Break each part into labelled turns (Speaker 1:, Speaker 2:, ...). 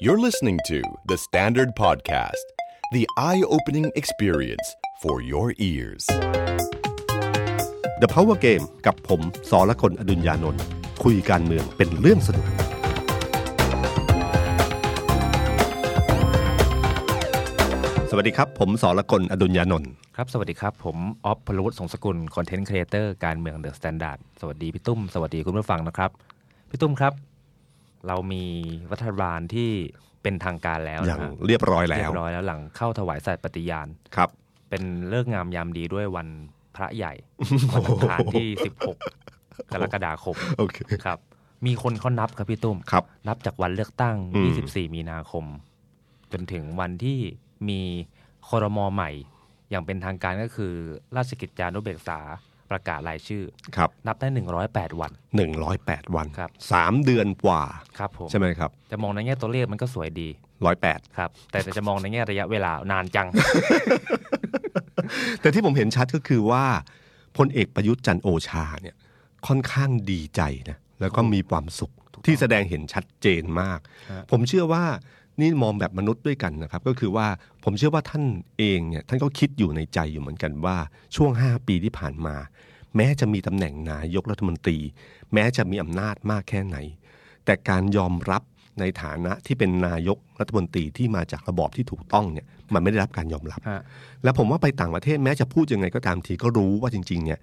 Speaker 1: You're listening to The Standard Podcast, the eye opening experience for your ears.
Speaker 2: The Power Game กับผมสอละคนอดุญญานนท์คุยการเมืองเป็นเรื่องสนุก สวัสดีครับ ผมสอละคนอดุญญานนท์
Speaker 3: ครับ สวัสดีครับ ผมออฟพลวุฒิสงสกุลคอนเทนต์ครีเอเตอร์การเมืองเดอะสแตนดาร์ดสวัสดีพี่ตุ้ม สวัสดีคุณผู้ฟังนะครับ พี่ตุ้มครับ เรามีรัฐบาลที่เป็นทางการแล้ว
Speaker 2: อ
Speaker 3: นะ
Speaker 2: ย่าง
Speaker 3: ฮะ
Speaker 2: เรียบร้อยแล้
Speaker 3: เรียว บร้อยแล้วหลังเข้าถวายสัตย์ปฏิญาณ
Speaker 2: ครับ
Speaker 3: เป็นเลิกษ์งามยามดีด้วยวันพระใหญ่ วันอังคารที่ 16 กรกฎาคม
Speaker 2: โอเค
Speaker 3: ครับ มีคนเขานับครับพี่ตุ้ม
Speaker 2: ครับ
Speaker 3: นับจากวันเลือกตั้ง
Speaker 2: อืม
Speaker 3: 24 มีนาคม จนถึงวันที่มีคอรมอใหม่ อย่างเป็นทางการก็คือ ราชกิจจานุเบกษาประกาศรายชื่อ
Speaker 2: ครับ
Speaker 3: นับได้ 108 วัน
Speaker 2: 108 วัน
Speaker 3: ครับ
Speaker 2: 3 เดือนกว่า
Speaker 3: ครับผม
Speaker 2: ใช่ไหมครับ
Speaker 3: จะมองในแง่ตัวเลขมันก็สวยดี
Speaker 2: 108
Speaker 3: ครับ แต่แต่จะมองในแง่ระยะเวลานาน จัง
Speaker 2: แต่ที่ผมเห็นชัดก็คือว่าพลเอกประยุทธ์จันทร์โอชาเนี่ยค่อนข้างดีใจนะแล้วก็มีความสุขที่แสดงเห็นชัดเจนมาก
Speaker 3: ฮะ
Speaker 2: ผมเชื่อว่านี่มองแบบมนุษย์ด้วยกันนะครับ ก็คือว่าผมเชื่อว่าท่านเองเนี่ยท่านก็คิดอยู่ในใจอยู่เหมือนกันว่าช่วง 5 ปีที่ผ่านมา แม้จะมีตำแหน่งนายกรัฐมนตรี แม้จะมีอำนาจมากแค่ไหน แต่การยอมรับในฐานะที่เป็นนายกรัฐมนตรีที่มาจากระบอบที่ถูกต้องเนี่ยมันไม่ได้รับการยอมรับ
Speaker 3: ฮะ
Speaker 2: แล้วผมว่าไปต่างประเทศแม้จะพูดยังไงก็ตามทีก็รู้ว่าจริงๆเนี่ย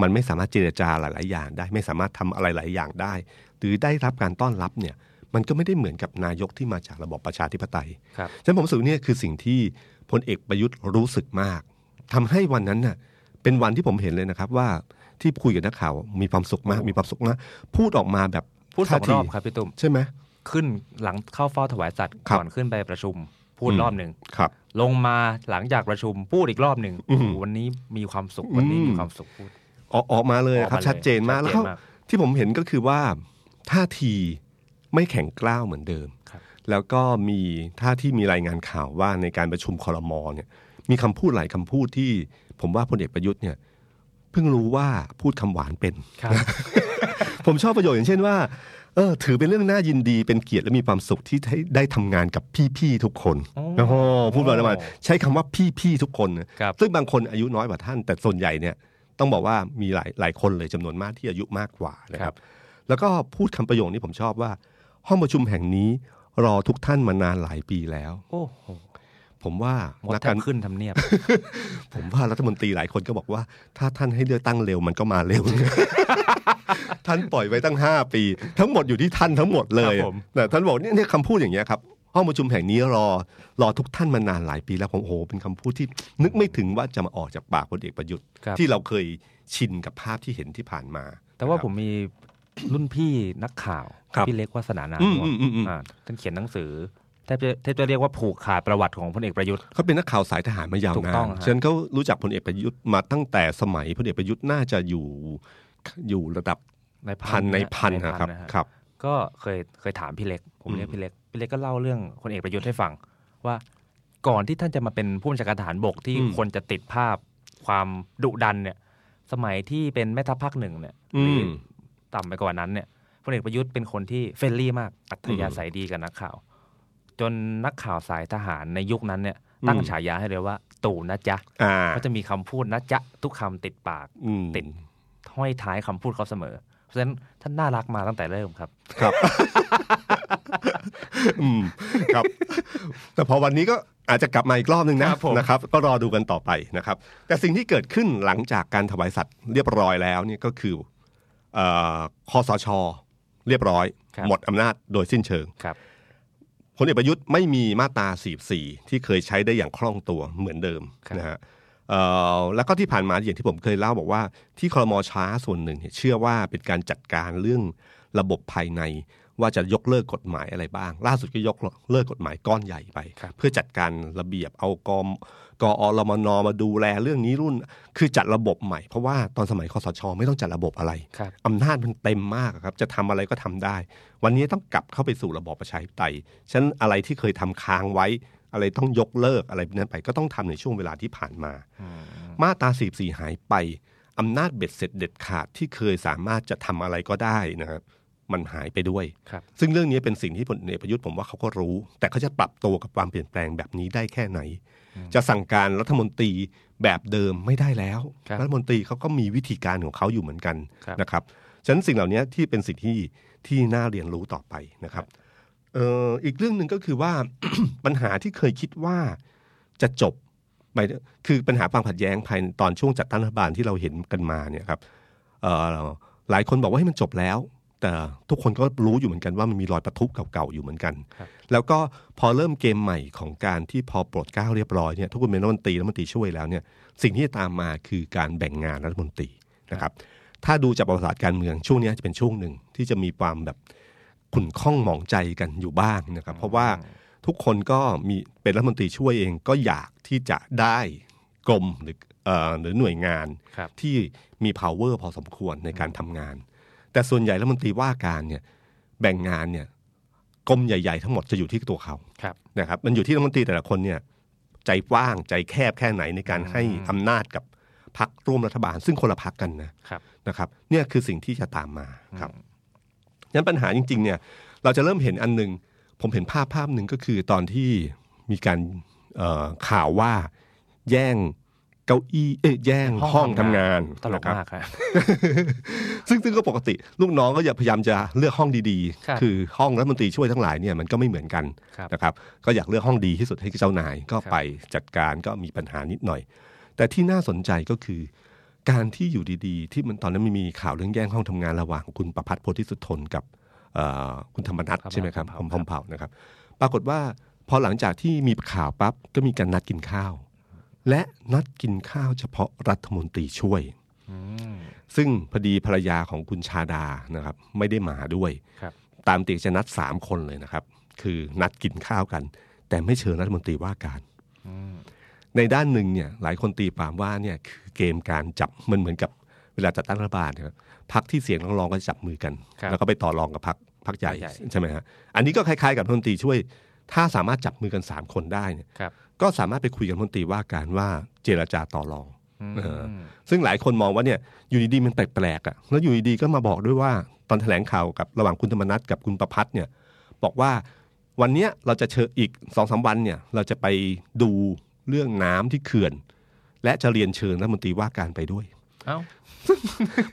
Speaker 2: มันไม่สามารถเจรจาหลาย ๆ อย่างได้ ไม่สามารถทำอะไรหลายอย่างได้ หรือได้รับการต้อนรับเนี่ยมันก็ไม่ได้เหมือนกับนายกที่มาจากระบอบประชาธิปไตย
Speaker 3: ครับ
Speaker 2: ฉะนั้นผมรู้สึกเนี่ยคือสิ่งที่พลเอกประยุทธ์รู้สึกมากทำให้วันนั้นน่ะเป็นวันที่ผมเห็นเลยนะครับว่าที่คุยกับนักข่าวมีความสุขมากมีความสุขนะพูดออกมาแบบ
Speaker 3: พูดสอง
Speaker 2: ท่าร
Speaker 3: อบครับพี่ตุ้ม
Speaker 2: ใช่ไหม
Speaker 3: ขึ้นหลังเข้าเฝ้าถวายสัตย์
Speaker 2: ครับ
Speaker 3: ก่อนขึ้นไปประชุม พูดรอบหนึ่ง
Speaker 2: ครับ
Speaker 3: ลงมาหลังจากประชุมพูดอีกรอบหนึ่ง
Speaker 2: อืม
Speaker 3: วันนี้มีความสุขวันนี้
Speaker 2: อืม
Speaker 3: มีความสุขพูด
Speaker 2: ออกออกมาเลย
Speaker 3: ออกมา
Speaker 2: ครับ
Speaker 3: เลย
Speaker 2: ชัดเจนมาก
Speaker 3: ชัดเจน
Speaker 2: แล้ว
Speaker 3: มาก
Speaker 2: ที่ผมเห็นก็คือว่าท่าทีไม่แข็งกล้าวเหมือนเดิม
Speaker 3: ครับ
Speaker 2: แล้วก็มีท่าที่มีรายงานข่าวว่าในการประชุมคอรมอเนี่ยมีคำพูดหลายคำพูดที่ผมว่าพลเอกประยุทธ์เนี่ยเพิ่งรู้ว่าพูดคำหวานเป็น
Speaker 3: ครับ
Speaker 2: ผมชอบประโยคอย่างเช่นว่าเออถือเป็นเรื่องน่ายินดีเป็นเกียรติและมีความสุขที่ได้ได้ทำงานกับพี่ๆทุกคน
Speaker 3: โอ้
Speaker 2: โอ้โหพูดมาประมาณใช้คำว่าพี่ๆทุกคนนะครับ ซึ่งบางคนอายุน้อยกว่าท่าน แต่ส่วนใหญ่เนี่ยต้องบอกว่ามีหลายหลายคนเลยจำนวนมากที่อายุมากกว่านะครับ แล้วก็พูดคำประโยคนี้ผมชอบว่า ห้องประชุมแห่งนี้รอทุกท่านมานานหลายปีแล้ว
Speaker 3: โอ้โห
Speaker 2: ผมว่าม
Speaker 3: ด
Speaker 2: นัก
Speaker 3: แท
Speaker 2: กา
Speaker 3: บ
Speaker 2: ร
Speaker 3: ขึ้นทำเนียบ
Speaker 2: ผมว่ารัฐมนตรีหลายคนก็บอกว่า ถ้าท่านให้เลือกตั้งเร็วมันก็มาเร็ว ท่านปล่อยไว้ตั้ง 5 ปี ทั้งหมดอยู่ที่ท่านทั้งหมดเลย
Speaker 3: ครับผม
Speaker 2: แต่ท่านบอกเนี่ยเนี่ยคำพูดอย่างเงี้ยครับห้องประชุมแห่งนี้รอรอทุกท่านมานานหลายปีแล้วผมโอ้โหเป็นคำพูดที่นึกไม่ถึงว่าจะมาออกจากปากพลเอกประยุทธ์
Speaker 3: ครับ
Speaker 2: ที่เราเคยชินกับภาพที่เห็นที่ผ่านมา
Speaker 3: แต่ว่าผมมีรุ่นพี่นักข่าว
Speaker 2: ครับ
Speaker 3: พี่เล็กวาสนานา
Speaker 2: อื
Speaker 3: น
Speaker 2: ม
Speaker 3: วม
Speaker 2: อืมอืมอืม
Speaker 3: อ่าท่านเขียนหนังสือแทบจะแทบจะเรียกว่าผูกขาดประวัติของพลเอกประยุทธ์
Speaker 2: เขาเป็นนักข่าวสายทหารมายาว
Speaker 3: ถูก
Speaker 2: นา
Speaker 3: ต้อน งฮะ
Speaker 2: ฉะนั้นเขารู้จักพลเอกประยุทธ์มาตั้งแต่สมัยพลเอกประยุทธ์น่าจะอยู่อยู่ระดับ
Speaker 3: ใน
Speaker 2: พันในพันนะครับ
Speaker 3: ฮะ
Speaker 2: ครับ
Speaker 3: ก็เคยเคยถามพี่เล็ก ผมเรียกพี่เล็กพี่เล็กก็เล่าเรื่องพลเอกประยุทธ์ให้ฟัง ว่าก่อนที่ท่านจะมาเป็นผู้บัญชาการทหารบกที่
Speaker 2: อืม
Speaker 3: คนจะติดภาพความดุดันเนี่ย สมัยที่เป็นแม่ทัพภาคหนึ่งเนี่ย
Speaker 2: อื
Speaker 3: ห
Speaker 2: ม
Speaker 3: รือต่ำไปกว่านั้นเนี่ยพลเอกประยุทธ์เป็นคนที่เฟรนลี่มากอัธยาศัยดีกับนักข่าว จนนักข่าวสายทหารในยุคนั้นเนี่ยตั้งฉายาให้เลยว่า ตู่นะจ๊ะ
Speaker 2: อ่า
Speaker 3: ก็จะมีคำพูดนะจ๊ะทุกคำติดปาก
Speaker 2: อืม
Speaker 3: ติด ห้อยท้ายคำพูดเขาเสมอ เพราะฉะนั้นท่านน่ารักมาตั้งแต่เริ่มครับ
Speaker 2: ครับ อืม ครับ แต่พอวันนี้ก็อาจจะกลับมาอีกรอบหนึ่งนะครับ
Speaker 3: ผม
Speaker 2: นะครับ ก็รอดูกันต่อไปนะครับ แต่สิ่งที่เกิดขึ้นหลังจากการถวายสัตว์เรียบร้อยแล้วเนี่ยก็คือเอ่อคอสช เรียบร้อย หมดอำนาจโดยสิ้นเชิง
Speaker 3: ครับ
Speaker 2: พลเอกประยุทธ์ไม่มีมาตรา 44 ที่เคยใช้ได้อย่างคล่องตัวเหมือนเดิม
Speaker 3: ครับ
Speaker 2: นะฮะเอ่อแล้วก็ที่ผ่านมาอย่างที่ผมเคยเล่าบอกว่าที่ครมช้าส่วนหนึ่งเนี่ยเชื่อว่าเป็นการจัดการเรื่องระบบภายใน ว่าจะยกเลิกกฎหมายอะไรบ้าง ล่าสุดก็ยกเลิกกฎหมายก้อนใหญ่ไป เพื่อจัดการระเบียบเอากมกอรมนมาดูแลเรื่องนี้รุ่น คือจัดระบบใหม่ เพราะว่าตอนสมัยคอสช ไม่ต้องจัดระบบอะไร
Speaker 3: ครับ
Speaker 2: อำนาจมันเต็มมากอะครับ จะทำอะไรก็ทำได้ วันนี้ต้องกลับเข้าไปสู่ระบอบประชาธิปไตยฉะนันอะไรที่เคยทำค้างไว้ อะไรต้องยกเลิกอะไรนั้นไปก็ต้องทำในช่วงเวลาที่ผ่านมา มาตราสีสีหายไปอำนาจเบ็ดเสร็จเด็ดขาดที่เคยสามารถจะทำอะไรก็ได้นะครับ มันหายไปด้วย
Speaker 3: ครับ
Speaker 2: ซึ่งเรื่องนี้เป็นสิ่งที่พลเอกประยุทธ์ผมว่าเขาก็รู้ แต่เขาจะปรับตัวกับความเปลี่ยนแปลงแบบนี้ได้แค่ไหน จะสั่งการรัฐมนตรีแบบเดิมไม่ได้แล้ว
Speaker 3: ครับ
Speaker 2: ฐมนตรีเขาก็มีวิธีการของเขาอยู่เหมือนกัน
Speaker 3: ครับ
Speaker 2: นะครับฉะนั้นสิ่งเหล่านี้ที่เป็นสิ่งที่ที่น่าเรียนรู้ต่อไปนะครับเอ่ออีกเรื่องหนึ่งก็คือว่า ปัญหาที่เคยคิดว่าจะจบหมายถึงคือปัญหาความขัดแย้งภายในตอนช่วงจัดตั้งรัฐบาลที่เราเห็นกันมาเนี่ยครับ เอ่อหลายคนบอกว่าให้ยมันจบแล้ว แต่ทุกคนก็รู้อยู่เหมือนกันว่ามันมีรอยประทุเก่าๆอยู่เหมือนกัน
Speaker 3: ครับ
Speaker 2: แล้วก็พอเริ่มเกมใหม่ของการที่พอโปรดเกล้าเรียบร้อยเนี่ยทุกคนเป็นรัฐมนตรีรัฐมนตรีช่วยแล้วเนี่ยสิ่งที่จะตามมาคือการแบ่งงานรัฐมนตรีนะครับถ้าดูจากประวัติศาสตร์การเมืองช่วงเนี้ยจะเป็นช่วงหนึ่งที่จะมีความแบบขุ่นข้องหมองใจกันอยู่บ้างนะครับเพราะว่าทุกคนก็มีเป็นรัฐมนตรีช่วยเองก็อยากที่จะได้กรมหรือเอ่อหรือหน่วยงาน
Speaker 3: ครับ
Speaker 2: ที่มี power พอสมควรในการทำงาน แต่ส่วนใหญ่รัฐมนตรีว่าการเนี่ยแบ่งงานเนี่ยกรมใหญ่ๆ ทั้งหมดจะอยู่ที่ตัวเขา
Speaker 3: ครับ
Speaker 2: นะครับ มันอยู่ที่รัฐมนตรีแต่ละคนเนี่ยใจกว้างใจแคบแค่ไหนในการให้อำนาจกับพักร่วมรัฐบาล ซึ่งคนละพักกันนะครับ นะครับ เนี่ยคือสิ่งที่จะตามมาครับงั้นปัญหาจริง ๆ เนี่ย เราจะเริ่มเห็นอันหนึ่งผมเห็นภาพภาพหนึ่งก็คือตอนที่มีการเอ่อข่าวว่าแย่งเก้าอี้เอ้ยแย่งห้องทำงาน
Speaker 3: ตลก
Speaker 2: นะครับ
Speaker 3: มากครับ
Speaker 2: ซึ่งซึ่งก็ปกติ ลูกน้องก็อย่าพยายามจะเลือกห้องดี
Speaker 3: ครับ
Speaker 2: ๆอห้องรัฐมนตรีช่วยทั้งหลายเนี่ยมันก็ไม่เหมือนกัน
Speaker 3: ครับ
Speaker 2: นะครับ ก็อยากเลือกห้องดีที่สุดให้เจ้านายก็
Speaker 3: ครับ
Speaker 2: ไปจัดการก็มีปัญหานิดหน่อย แต่ที่น่าสนใจก็คือ การที่อยู่ดีๆ ที่มันตอนนั้นมันมีข่าวเรื่องแย่งห้องทำงานระหว่างคุณประพัฒน์โพธิสุทธนกับเอ่อคุณธรรมนัทใช่ไหมครับผมพมเผ่านะครับ ปรากฏว่าพอหลังจากที่มีข่าวปั๊บก็มีการนัดกินข้าว และนัดกินข้าวเฉพาะรัฐมนตรีช่วย
Speaker 3: อืม
Speaker 2: ซึ่งพอดีภรรยาของคุณชาดานะครับไม่ได้มาด้วย
Speaker 3: ครับ
Speaker 2: ตามติจะนัดสามคนเลยนะครับ คือนัดกินข้าวกัน แต่ไม่เชิญรัฐมนตรีว่าการ
Speaker 3: อืม
Speaker 2: ในด้านหนึ่งเนี่ยหลายคนตีความว่าเนี่ยคือเกมการจับมันเหมือนกับเวลาจัดตั้งรัฐบาลนะครับพักที่เสียงรองๆก็จับมือกัน
Speaker 3: ครับ
Speaker 2: แล้วก็ไปต่อรองกับพักพักใหญ่
Speaker 3: พรรคใหญ่
Speaker 2: ใช่ไหมฮะอันนี้ก็คล้ายๆกับรัฐมนตรีช่วย ถ้าสามารถจับมือกันสามคนได้เนี่ย
Speaker 3: ครับ
Speaker 2: ก็สามารถไปคุยกับรัฐมนตรีว่าการว่าเจรจาต่อรอง
Speaker 3: อืม
Speaker 2: เออ ซึ่งหลายคนมองว่าเนี่ยอยู่ดีๆมันแปลกๆอะ่ะแล้วอยู่ดีๆก็มาบอกด้วยว่าตอนแถลงข่าวกับระหว่างคุณธรรมนัทกับคุณประพัฒน์เนี่ยบอกว่าวันเนี้ยเราจะเชิญอีกสองสาวันเนี่ยเราจะไปดูเรื่องน้ำที่เขื่อน และจะเรียนเชิญรัฐมนตรีว่าการไปด้วย
Speaker 3: เอ้า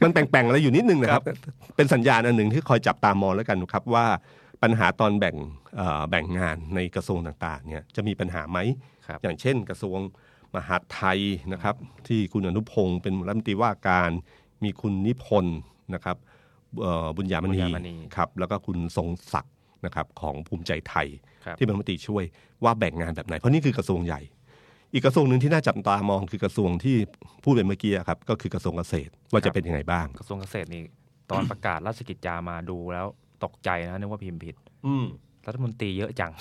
Speaker 2: มันแปลงๆอะไรอยู่นิดนึงนะครับ เป็นสัญญาณอันหนึ่งที่คอยจับตามองแล้วกันครับว่าปัญหาตอนแบ่งเอ่อแบ่งงานในกระทรวงต่างๆเนี่ยจะมีปัญหาไหม
Speaker 3: ครับ
Speaker 2: อย่างเช่นกระทรวงมหาดไทยนะครับ ที่คุณอนุพงศ์เป็นรัฐมนตรีว่าการมีคุณนิพนธ์นะครับเอ่อบุญญาม
Speaker 3: บุญ
Speaker 2: ณี
Speaker 3: ญามณี
Speaker 2: ครับแล้วก็คุณทรงศักดิ์นะครับของภูมิใจไทย
Speaker 3: ครับ
Speaker 2: ที่เป็นรัฐมนตรีช่วยว่าแบ่งงานแบบไหน เพราะนี่คือกระทรวงใหญ่ อีกกระทรวงหนึ่งที่น่าจับตามองคือกระทรวงที่พูดไปเมื่อกี้ครับก็คือกระทรวงเกษตรว่าจะเป็นยังไงบ้าง
Speaker 3: กระทรวงเกษตรนี่ ตอนประกาศราชกิจจามาดูแล้วตกใจนะนึกว่าพิมพ์ผิด
Speaker 2: อืม
Speaker 3: รัฐมนตรีเยอะจัง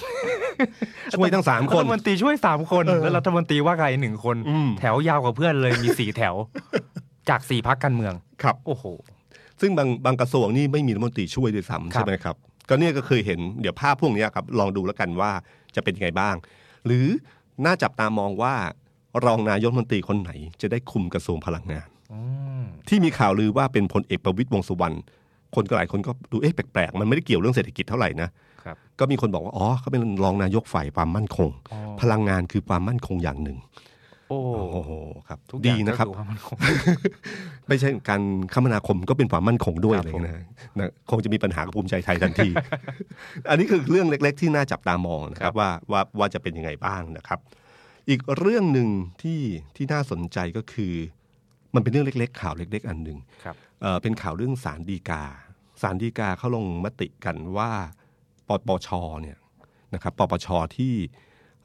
Speaker 2: ช่วยทั้งสามคน
Speaker 3: รัฐมนตรีช่วยสามคน แล้วรัฐมนตรีว่าการอีกหนึ่งคน
Speaker 2: อืม
Speaker 3: แถวยาวกว่าเพื่อนเลย มีสี่แถว จากสี่พักการเมือง
Speaker 2: ครับ
Speaker 3: โอ้โห
Speaker 2: ซึ่งบางบางกระทรวงนี่ไม่มีรัฐมนตรีช่วยด้วยซ้ำ
Speaker 3: ครับ
Speaker 2: ใช่ไหมครับ ก็เนี่ยก็เคยเห็นเดี๋ยวภาพพวกเนี้ยครับลองดูแล้วกันว่าจะเป็นยังไงบ้าง หรือน่าจับตามองว่ารองนายกรัฐมนตรีคนไหน จะได้คุมกระทรวงพลังงาน
Speaker 3: อืม
Speaker 2: ที่มีข่าวลือว่าเป็นพลเอกประวิตยวงษ์สุวรรณคนก็หลายคนก็ดูเอ๊ะแปลกๆ มันไม่ได้เกี่ยวเรื่องเศรษฐกิจเท่าไหร่นะครับ ก็มีคนบอกว่าอ๋อเขาเป็นรองนายกฝ่ายความมั่นคง
Speaker 3: อ๋อ
Speaker 2: พลังงานคือความมั่นคงอย่างหนึ่ง
Speaker 3: โอ้
Speaker 2: โอ้โหครับ
Speaker 3: ทุกอ
Speaker 2: ดี
Speaker 3: ย่างก็
Speaker 2: นะครับ
Speaker 3: ดูวามมั่นคง
Speaker 2: ไม่ใช่การคมนาคมก็เป็นความมั่นคงด้วย
Speaker 3: ครับ
Speaker 2: อะไรอย่างเลยนะนะคงจะมีปัญหากับภูมิใจไทยทันที อันนี้คือเรื่องเล็ก ๆ ที่น่าจับตามองนะค
Speaker 3: ครั
Speaker 2: รับบ ว่าว่าว่าจะเป็นยังไงบ้างนะครับ อีกเรื่องหนึ่งที่ที่น่าสนใจก็คือ มันเป็นเรื่องเล็ก ๆ ข่าวเล็ก ๆ อันหนึ่ง
Speaker 3: ครับ
Speaker 2: เอ่อเป็นข่าวเรื่องสารดีกาสารดีกาเขาลงมติกันว่าปปชเนี่ยนะครับปปชที่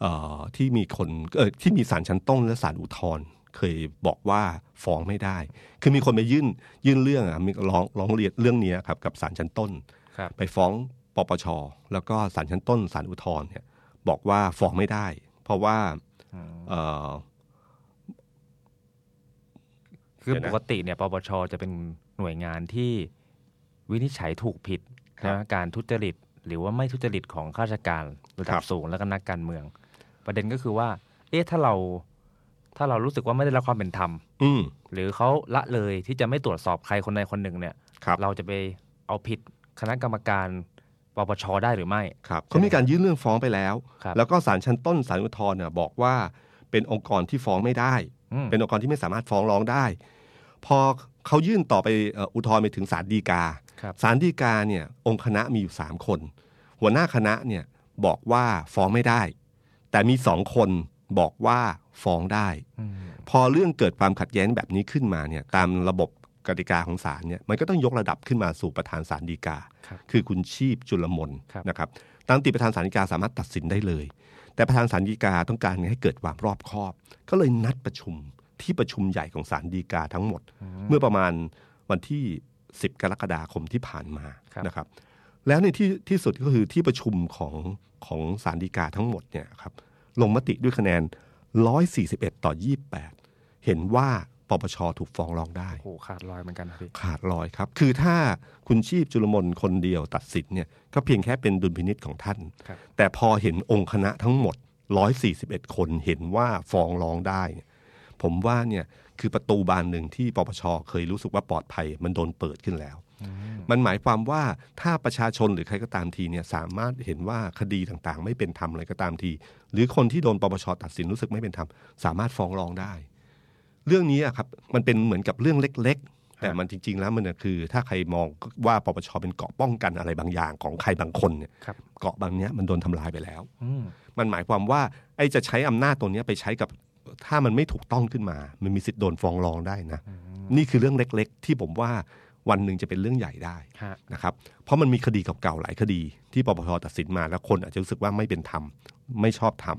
Speaker 2: เอ่อที่มีคนเออที่มีสารชั้นต้นและสารอุทธรณ์เคยบอกว่าฟ้องไม่ได้ คือมีคนไปยื่นยื่นเรื่องอะมีร้องร้องเรียนเรื่องเนี้ยครับกับศาลชั้นต้น
Speaker 3: ครับ
Speaker 2: ไปฟ้องปปชแล้วก็ศาลชั้นต้นศาลอุทธรณ์เนี่ยบอกว่าฟ้องไม่ได้ เพราะว่า
Speaker 3: อืม
Speaker 2: เอ่อ
Speaker 3: คือ
Speaker 2: เดี๋ยวนะ
Speaker 3: ปกติเนี่ยปปชจะเป็นหน่วยงานที่วินิจฉัยถูกผิด
Speaker 2: ครับ
Speaker 3: นะการทุจริต หรือว่าไม่ทุจริตของข้าราชการระดั
Speaker 2: ครับ บ
Speaker 3: สูงและก็นักการเมือง ประเด็นก็คือว่า เอ๊ะถ้าเรา ถ้าเรารู้สึกว่าไม่ได้รับความเป็นธรรม
Speaker 2: อืม
Speaker 3: หรือเขาละเลยที่จะไม่ตรวจสอบใครคนใดคนหนึ่งเนี่ย
Speaker 2: ครับ
Speaker 3: เราจะไปเอาผิด คณะกรรมการปปชได้หรือไม่
Speaker 2: ครับเขามีการยื่นเรื่องฟ้องไปแล้ว
Speaker 3: ครับ
Speaker 2: แล้วก็ศาลชั้นต้นศาลอุทธรณ์เนี่ยบอกว่าเป็นองค์กรที่ฟ้องไม่ได้
Speaker 3: อืม
Speaker 2: เป็นองค์กรที่ไม่สามารถฟ้องร้องได้ พอเขายื่นต่อไปเอ่ออุทธรณ์ไปถึงศาลฎีกา
Speaker 3: ครับ
Speaker 2: ศาลฎีกาเนี่ยองค์คณะมีอยู่ 3 คน หัวหน้าคณะเนี่ยบอกว่าฟ้องไม่ได้ แต่มีสองคนบอกว่าฟ้องได้
Speaker 3: อืม
Speaker 2: พอเรื่องเกิดความขัดแย้งแบบนี้ขึ้นมาเนี่ยตามระบบกติกาของศาลเนี่ยมันก็ต้องยกระดับขึ้นมาสู่ประธานศาลฎีกา
Speaker 3: ครับ
Speaker 2: คือคุณชีพจุลมน
Speaker 3: ครับ
Speaker 2: นะครับตามติประธานศาลฎีกาสามารถตัดสินได้เลย แต่ประธานศาลฎีกาต้องการให้เกิดความรอบคอบ ก็เลยนัดประชุมที่ประชุมใหญ่ของศาลฎีกาทั้งหมด เมื่อประมาณวันที่ 10 กรกฎาคมที่ผ่านมา
Speaker 3: ครับ
Speaker 2: นะครับ แล้วในที่ที่สุดก็คือที่ประชุมของของศาลฎีกาทั้งหมดเนี่ยครับลงมติด้วยคะแนน 141 ต่อ 28 เห็นว่าปปชถูกฟ้องร้องได้
Speaker 3: โอ้โหขาดลอยเหมือนกันนะพี่
Speaker 2: ขาดลอยครับ คือถ้าคุณชีพจุลมนคนเดียวตัดสินเนี่ยก็เพียงแค่เป็นดุลพินิษของท่าน
Speaker 3: ครับ
Speaker 2: แต่พอเห็นองค์คณะทั้งหมด 141 คนเห็นว่าฟ้องร้องได้เนี่ยผมว่าเนี่ยคือประตูบานหนึ่งที่ปปชเคยรู้สึกว่าปลอดภัย มันโดนเปิดขึ้นแล้ว มันหมายความว่าถ้าประชาชนหรือใครก็ตามทีเนี่ยสามารถเห็นว่าคดีต่างๆ ไม่เป็นธรรมอะไรก็ตามที หรือคนที่โดนปปชตัดสินรู้สึกไม่เป็นธรรมสามารถฟ้องร้องได้ เรื่องนี้อะครับมันเป็นเหมือนกับเรื่องเล็ก ๆ แต่มันจริง ๆ แล้วมันน่ะคือ ถ้าใครมองว่าปปชเป็นเกราะป้องกันอะไรบางอย่างของใครบางคนเนี่ย
Speaker 3: ครับ
Speaker 2: เกาะบางเนี้ยมันโดนทำลายไปแล้ว
Speaker 3: อืม
Speaker 2: มันหมายความว่าไอ้จะใช้อำนาจตัวเนี้ยไปใช้กับถ้ามันไม่ถูกต้องขึ้นมา มันมีสิทธิ์โดนฟ้องร้องได้นะ นี่คือเรื่องเล็ก ๆ ที่ผมว่าวันหนึ่งจะเป็นเรื่องใหญ่ได้
Speaker 3: ฮะ
Speaker 2: นะครับ เพราะมันมีคดีเก่าๆหลายคดีที่ปปชตัดสินมาแล้วคนอาจจะรู้สึกว่าไม่เป็นธรรมไม่ชอบธรรม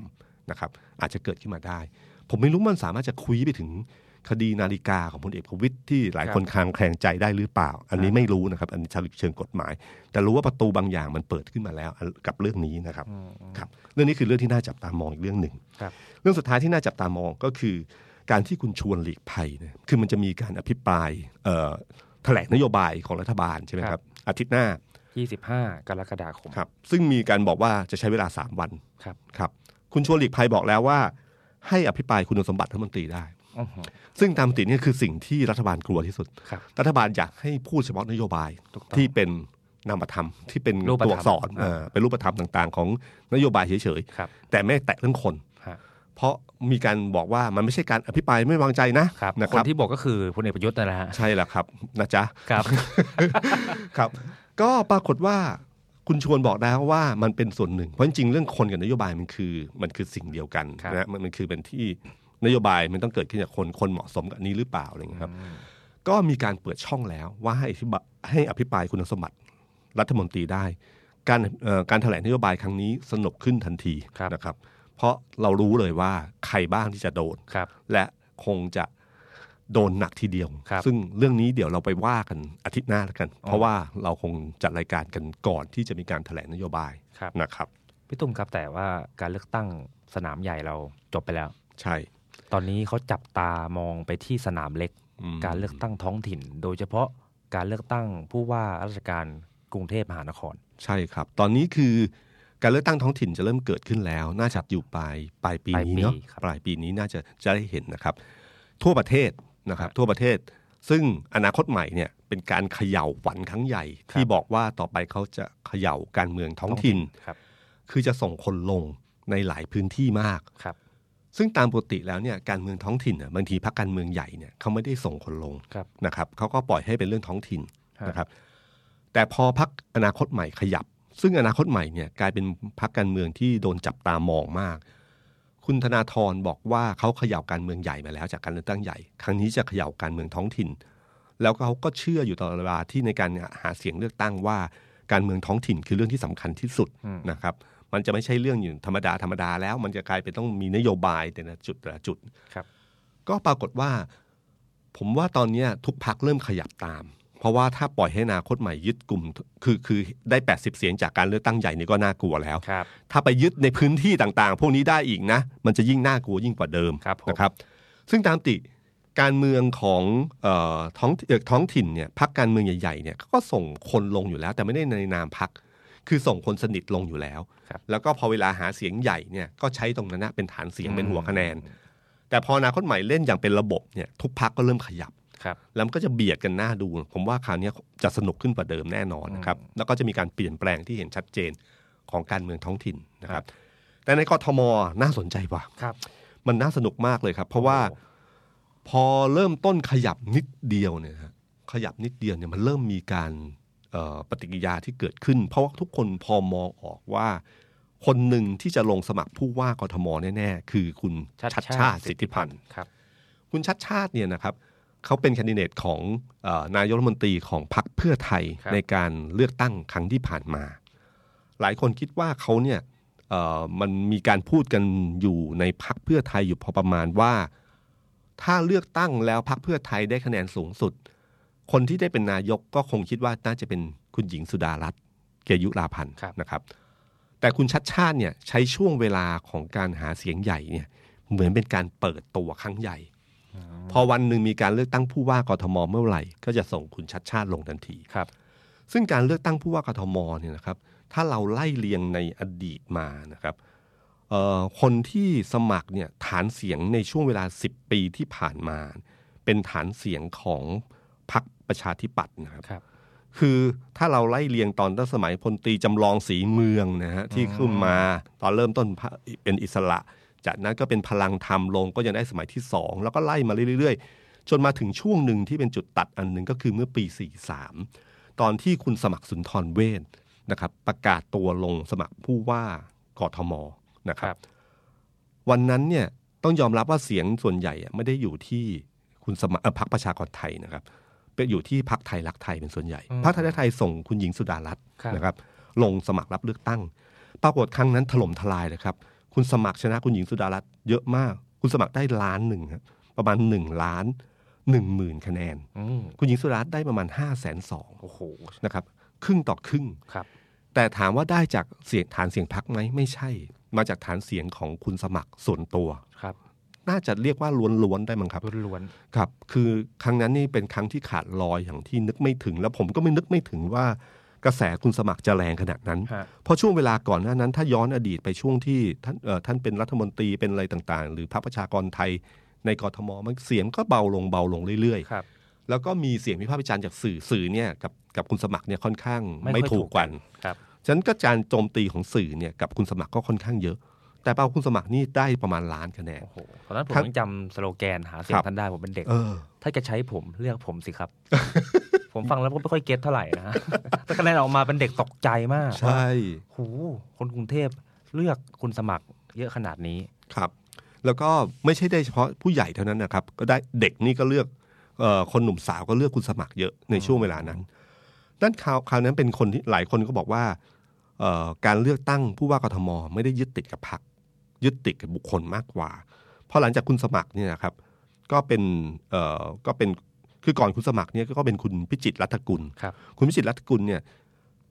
Speaker 2: นะครับ อาจจะเกิดขึ้นมาได้ ผมไม่รู้มันสามารถจะคุยไปถึงคดีนาฬิกาของพลเอกประวิตยที่หลายคนคลางแคลงใจได้หรือเปล่า อันนี้ไม่รู้นะครับ อันนี้เชิงกฎหมาย แต่รู้ว่าประตูบางอย่างมันเปิดขึ้นมาแล้วกับเรื่องนี้นะครับ
Speaker 3: อืม
Speaker 2: ครับเรื่องนี้คือเรื่องที่น่าจับตามองอีกเรื่องหนึ่ง
Speaker 3: ครับ
Speaker 2: เรื่องสุดท้ายที่น่าจับตามองก็คือ การที่คุณชวนหลีกภัยเนี่ยคือมันจะมีการอภิปรายเอ่อแถลงนโยบายของรัฐบาลใช่ไหมค
Speaker 3: ครั
Speaker 2: รับ
Speaker 3: บ
Speaker 2: อาทิตย์หน้า
Speaker 3: ยี่สิบห้ากรกฎาคม
Speaker 2: ครับซึ่งมีการบอกว่าจะใช้เวลา 3 วัน
Speaker 3: ครับ
Speaker 2: ครับคุณชวนหลีกภัยบอกแล้วว่า ให้อภิปรายคุณสมบัติรัฐมนตรีได้
Speaker 3: อื้อหือ
Speaker 2: ซึ่งตามปกติเนี่ยคือสิ่งที่รัฐบาลกลัวที่สุด
Speaker 3: ครับ
Speaker 2: รัฐบาลอยากให้พูดเฉพาะนโยบาย
Speaker 3: ถูกต้อง
Speaker 2: ที่เป็นนามธรรมที่เป็น
Speaker 3: รูปธรรม
Speaker 2: ตัวอักษร
Speaker 3: อ่า
Speaker 2: เอ่อเป็นรูปธรรมต่างๆ ของนโยบายเฉย
Speaker 3: ครับ
Speaker 2: ๆแต่ไม่แตะเรื่องคน
Speaker 3: ฮะ
Speaker 2: เพราะมีการบอกว่ามันไม่ใช่การอภิปรายไม่วางใจนะครับ นะ
Speaker 3: ค
Speaker 2: คน รับ
Speaker 3: ที่บอกก็คือพลเอกประยุทธ์นั่นแหละฮะ
Speaker 2: ใช่แล้วครับนะจ๊ะ
Speaker 3: ครับ
Speaker 2: ครับ ก็ปรากฏว่าคุณชวนบอกแล้วว่ามันเป็นส่วนหนึ่ง เพราะจริงๆเรื่องคนกับนโยบายมันคือมันคือสิ่งเดียวกัน
Speaker 3: ครับ
Speaker 2: นะมันมันคือเป็นที่นโยบายมันต้องเกิดขึ้นจากคนคนเหมาะสมกับอันนี้หรือเปล่าอะไรอย่างเงี้ยครับ ก็มีการเปิดช่องแล้วว่าให้อธิบะให้อภิปรายคุณสมบัติรัฐมนตรีได้ การเอ่อการแถลงนโยบายครั้งนี้สนุกขึ้นทันที
Speaker 3: ครับ
Speaker 2: นะครับ เพราะเรารู้เลยว่าใครบ้างที่จะโดน
Speaker 3: ครับ
Speaker 2: และคงจะโดนหนักทีเดียว
Speaker 3: ครับ
Speaker 2: ซึ่งเรื่องนี้เดี๋ยวเราไปว่ากันอาทิตย์หน้าแล้วกัน เพราะว่าเราคงจัดรายการกันก่อนที่จะมีการแถลงนโยบาย
Speaker 3: ครับ
Speaker 2: นะครับ
Speaker 3: พี่ตุ้มครับแต่ว่าการเลือกตั้งสนามใหญ่เราจบไปแล้ว
Speaker 2: ใช่
Speaker 3: ตอนนี้เขาจับตามองไปที่สนามเล็ก
Speaker 2: อืม
Speaker 3: การเลือกตั้งท้องถิ่น โดยเฉพาะการเลือกตั้งผู้ว่าราชการกรุงเทพมหานคร
Speaker 2: ใช่ครับ ตอนนี้คือการเลือกตั้งท้องถิ่นจะเริ่มเกิดขึ้นแล้ว น่าจะอยู่ปลายปลายปีนี้เนาะ
Speaker 3: ปลายปีครับ
Speaker 2: ปลายปีนี้น่าจะจะได้เห็นนะครับ ทั่วประเทศนะครับ ทั่วประเทศ ซึ่งอนาคตใหม่เนี่ยเป็นการเขย่าฝันครั้งใหญ่ ที่บอกว่าต่อไปเขาจะเขย่าการเมืองท้องถิ่น
Speaker 3: ครับ
Speaker 2: คือจะส่งคนลงในหลายพื้นที่มาก
Speaker 3: ครับ
Speaker 2: ซึ่งตามปกติแล้วเนี่ยการเมืองท้องถิ่นน่ะบางทีพรรคการเมืองใหญ่เนี่ยเขาไม่ได้ส่งคนลง
Speaker 3: ครับ
Speaker 2: นะครับเขาก็ปล่อยให้เป็นเรื่องท้องถิ่น
Speaker 3: ฮะ
Speaker 2: นะครับ แต่พอพรรคอนาคตใหม่ขยับ ซึ่งอนาคตใหม่เนี่ยกลายเป็นพรรคการเมืองที่โดนจับตามองมาก คุณธนาธรบอกว่าเขาเขย่าการเมืองใหญ่มาแล้วจากการเลือกตั้งใหญ่ ครั้งนี้จะเขย่าการเมืองท้องถิ่น แล้วก็เขาก็เชื่ออยู่ตลอดเวลาที่ในการหาเสียงเลือกตั้งว่า การเมืองท้องถิ่นคือเรื่องที่สำคัญที่สุด
Speaker 3: อืม
Speaker 2: นะครับ มันจะไม่ใช่เรื่องอยู่ธรรมดาธรรมดาแล้ว มันจะกลายเป็นต้องมีนโยบายแต่ละจุดแต่ละจุด
Speaker 3: ครับ
Speaker 2: ก็ปรากฏว่า ผมว่าตอนเนี้ยทุกพักเริ่มขยับตาม เพราะว่าถ้าปล่อยให้อนาคตใหม่ยึดกลุ่ม คือคือได้ 80 เสียงจากการเลือกตั้งใหญ่นี่ก็น่ากลัวแล้ว
Speaker 3: ครับ
Speaker 2: ถ้าไปยึดในพื้นที่ต่างๆ พวกนี้ได้อีกนะ มันจะยิ่งน่ากลัวยิ่งกว่าเดิม
Speaker 3: ครับผม
Speaker 2: นะครับ ซึ่งตามติการเมืองของเออท้องเอ่อท้องถิ่นเนี่ยพักการเมืองใหญ่ๆเนี่ยเขาก็ส่งคนลงอยู่แล้ว แต่ไม่ได้ในนามพัก คือส่งคนสนิทลงอยู่แล้ว
Speaker 3: ครับ
Speaker 2: แล้วก็พอเวลาหาเสียงใหญ่เนี่ยก็ใช้ตรงนั้นนะเป็นฐานเสียง
Speaker 3: อืม
Speaker 2: เป็นหัวคะแนน แต่พออนาคตใหม่เล่นอย่างเป็นระบบเนี่ยทุกพักก็เริ่มขยับ
Speaker 3: ครับ
Speaker 2: แล้วมันก็จะเบียดกันหน้าดู ผมว่าคราวเนี้ยจะสนุกขึ้นกว่าเดิมแน่นอนนะครับ แล้วก็จะมีการเปลี่ยนแปลงที่เห็นชัดเจนของการเมืองท้องถิ่นนะครับ แต่ในกทมน่าสนใจกว่า
Speaker 3: ครับ
Speaker 2: มันน่าสนุกมากเลยครับ เพราะว่าพ
Speaker 3: โอ้โห
Speaker 2: อเริ่มต้นขยับนิดเดียวเนี่ยฮะขยับนิดเดียวเนี่ยมันเริ่มมีการเอ่อปฏิกิริยาที่เกิดขึ้น เพราะว่าทุกคนพอมองออกว่า คนหนึ่งที่จะลงสมัครผู้ว่ากทมแน่ๆ คือคุณ
Speaker 3: ชัด
Speaker 2: ชัด
Speaker 3: ชา
Speaker 2: ชา
Speaker 3: ติ
Speaker 2: ติสิ
Speaker 3: สิ
Speaker 2: ท
Speaker 3: ทธิ
Speaker 2: ธิ
Speaker 3: พั
Speaker 2: พั
Speaker 3: น
Speaker 2: น
Speaker 3: ธ์
Speaker 2: ธ์
Speaker 3: ครับ
Speaker 2: คุณชัดชาติเนี่ยนะครับเขาเป็นแคนดิเดตของเออนายกรัฐมนตรีของพรรคเพื่อไทย
Speaker 3: ครับ
Speaker 2: ในการเลือกตั้งครั้งที่ผ่านมา หลายคนคิดว่าเขาเนี่ยเอ่อมันมีการพูดกันอยู่ในพรรคเพื่อไทยอยู่พอประมาณว่า ถ้าเลือกตั้งแล้วพรรคเพื่อไทยได้คะแนนสูงสุด คนที่ได้เป็นนายกก็คงคิดว่าน่าจะเป็นคุณหญิงสุดารัตน์เกยุราพันธ์
Speaker 3: ครับ
Speaker 2: นะครับ แต่คุณชัดชาติเนี่ยใช้ช่วงเวลาของการหาเสียงใหญ่เนี่ยเหมือนเป็นการเปิดตัวครั้งใหญ่ พอวันหนึ่งมีการเลือกตั้งผู้ว่ากทมเมื่อไหร่ ก็จะส่งคุณชัดชาติลงทันที
Speaker 3: ครับ
Speaker 2: ซึ่งการเลือกตั้งผู้ว่ากทมเนี่ยนะครับ ถ้าเราไล่เรียงในอดีตมานะครับเอ่อคนที่สมัครเนี่ยฐานเสียงในช่วงเวลา 10 ปีที่ผ่านมา เป็นฐานเสียงของพรรคประชาธิปัตย์นะครับ
Speaker 3: ครับ
Speaker 2: คือถ้าเราไล่เรียงตอนตั้งสมัยพลตรีจำลองสีเมืองนะฮะที่ขึ้นมาตอนเริ่มต้นพระเป็นอิสระ จากนั้นก็เป็นพลังธรรมลงก็ยังได้สมัยที่สองแล้วก็ไล่มาเรื่อยๆ จนมาถึงช่วงหนึ่งที่เป็นจุดตัดอันหนึ่งก็คือเมื่อปี 43 ตอนที่คุณสมัครสุนทรเวชนะครับ ประกาศตัวลงสมัครผู้ว่ากทมนะค
Speaker 3: ครั
Speaker 2: รับ
Speaker 3: บ
Speaker 2: วันนั้นเนี่ยต้องยอมรับว่าเสียงส่วนใหญ่อะไม่ได้อยู่ที่คุณสมัครเอ่อพรรคประชากรไทยนะครับเป็นอยู่ที่พรรคไทยรักไทยเป็นส่วนใหญ่
Speaker 3: อืม
Speaker 2: พรรคไทยรักไทยส่งคุณหญิงสุดารัตน์
Speaker 3: ครับ
Speaker 2: นะครับ ลงสมัครรับเลือกตั้ง ปรากฏครั้งนั้นถล่มทลายเลยครับ คุณสมัครชนะคุณหญิงสุดารัตน์เยอะมาก คุณสมัครได้ล้านหนึ่งครับประมาณหนึ่งล้านหนึ่งหมื่นคะแนน
Speaker 3: อืม
Speaker 2: คุณหญิงสุดารัตน์ได้ประมาณห้าแสนสอง
Speaker 3: โอ้โห
Speaker 2: นะครับ ครึ่งต่อครึ่ง
Speaker 3: ครับ
Speaker 2: แต่ถามว่าได้จากเสียงฐานเสียงพักไหมไม่ใช่ มาจากฐานเสียงของคุณสมัครส่วนตัว
Speaker 3: ครับ
Speaker 2: น่าจะเรียกว่าล้วนๆได้มั้งครับ
Speaker 3: ล้วน
Speaker 2: ครับ คือครั้งนั้นนี่เป็นครั้งที่ขาดลอยอย่างที่นึกไม่ถึง แล้วผมก็ไม่นึกไม่ถึงว่ากระแสคุณสมัครจะแรงขนาดนั้น
Speaker 3: ๆฮะ
Speaker 2: เพราะช่วงเวลาก่อนหน้านั้น ถ้าย้อนอดีตไปช่วงที่ท่านเอ่อท่านเป็นรัฐมนตรีเป็นอะไรต่างๆ หรือพรรคประชากรไทยในกทมมันเสียงก็เบาลงเบาลงเรื่อย
Speaker 3: ครับ
Speaker 2: ๆ แล้วก็มีเสียงวิพากษ์วิจารณ์จากสื่อสื่อเนี่ยกับกับคุณสมัครเนี่ยค่อนข้าง
Speaker 3: ไม่ค่
Speaker 2: ไม่
Speaker 3: อยถู
Speaker 2: ถู
Speaker 3: ก
Speaker 2: ก
Speaker 3: กั
Speaker 2: กัน น
Speaker 3: ครับ
Speaker 2: ฉะนั้นก็การโจมตีของสื่อเนี่ยกับคุณสมัครก็ค่อนข้างเยอะ แต่เป้าคุณสมัครนี่ได้ประมาณล้านคะแนน
Speaker 3: โอ้โห ตอนนั้นผม
Speaker 2: ครับ
Speaker 3: ยังจำสโลแกนหาเสียง
Speaker 2: ครับ
Speaker 3: ท่านได้ผมเป็นเด็ก
Speaker 2: เออ
Speaker 3: ถ้าจะใช้ผมเลือกผมสิครับ ผมฟังแล้วก็ไม่ค่อยเก็ตเท่าไหร่นะฮะ แต่คะแนนออกมาเป็นเด็กตกใจมาก
Speaker 2: ใช่
Speaker 3: ว่าโหูคนกรุงเทพเลือกคุณสมัครเยอะขนาดนี้
Speaker 2: ครับ แล้วก็ไม่ใช่ได้เฉพาะผู้ใหญ่เท่านั้นนะครับ ก็ได้เด็กนี่ก็เลือกเออคนหนุ่มสาวก็เลือกคุณสมัครเยอะในช่วงเวลานั้นนั่นคราวคราวนั้นเป็นคนที่หลายคนก็บอกว่าเอ่อการเลือกตั้งผู้ว่ากทม ไม่ได้ยึดติดกับพรรคยึดติดกับบุคคลมากกว่า เพราะหลังจากคุณสมัครเนี่ยนะครับ ก็เป็นเอ่อก็เป็นคือก่อนคุณสมัครเนี่ยก็เป็นคุณพิจิตรรัตกุล
Speaker 3: ครับ
Speaker 2: คุณพิจิตรรัตกุลเนี่ย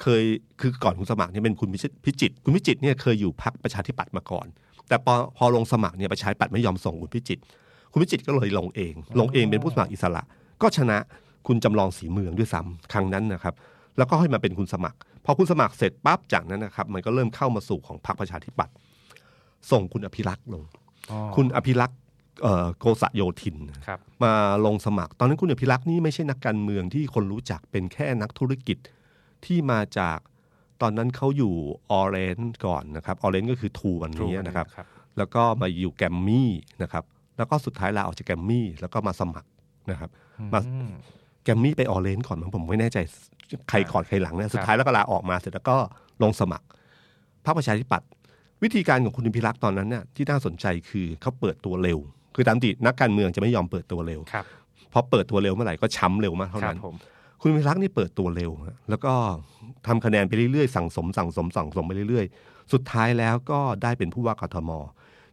Speaker 2: เคยคือก่อนคุณสมัครเนี่ยเป็นคุณพิจิตรพิจิตรคุณพิจิตรเนี่ยเคยอยู่พรรคประชาธิปัตย์มาก่อน แต่พอพอลงสมัครเนี่ยประชาธิปัตย์ไม่ยอมส่งคุณพิจิตรคุณพิจิตรก็เลยลงเอง ลงเองเป็นผู้สมัครอิสระ ก็ชนะคุณจำลองสีเมืองด้วยซ้ำครั้งนั้นนะครับ แล้วก็ให้มาเป็นคุณสมัคร พอคุณสมัครเสร็จปั๊บจากนั้นนะครับ มันก็เริ่มเข้ามาสู่ของพรรคประชาธิปัตย์ส่งคุณอภิรักษ์ลง
Speaker 3: อ๋อ
Speaker 2: คุณอภิรักษ์เอ่อโกษโยธิน
Speaker 3: ครับ
Speaker 2: มาลงสมัคร ตอนนั้นคุณอภิรักษ์นี่ไม่ใช่นักการเมืองที่คนรู้จักเป็นแค่นักธุรกิจที่มาจากตอนนั้นเขาอยู่ออเรนก่อนนะครับออเรนก็คือทูวันนี้นะครับ แล้วก็มาอยู่แกรมมี่นะครับ แล้วก็สุดท้ายลาออกจากแกรมมี่แล้วก็มาสมัครนะครับ มา
Speaker 3: อืม
Speaker 2: แกรมมี่ไปออเรนก่อนมั้งผมไม่แน่ใจใครก่อนใครหลังนะสุดท้ายแล้วก็ลาออกมาเสร็จแล้วก็ลงสมัครพรรคประชาธิปัตย์วิธีการของคุณอภิรักษ์ตอนนั้นเนี่ยที่น่าสนใจคือเขาเปิดตัวเร็ว คือตามปกตินักการเมืองจะไม่ยอมเปิดตัวเร็ว
Speaker 3: ครับ
Speaker 2: พอเปิดตัวเร็วเมื่อไหร่ก็ช้ำเร็วมากเท่า
Speaker 3: ครั
Speaker 2: นั้
Speaker 3: บ
Speaker 2: น
Speaker 3: ผม
Speaker 2: คุณวิรักษ์นี่เปิดตัวเร็วฮะแล้วก็ทำคะแนนไปเรื่อยๆ สั่งสมสั่งสมสั่งสมไปเรื่อยๆ สุดท้ายแล้วก็ได้เป็นผู้ว่ากทม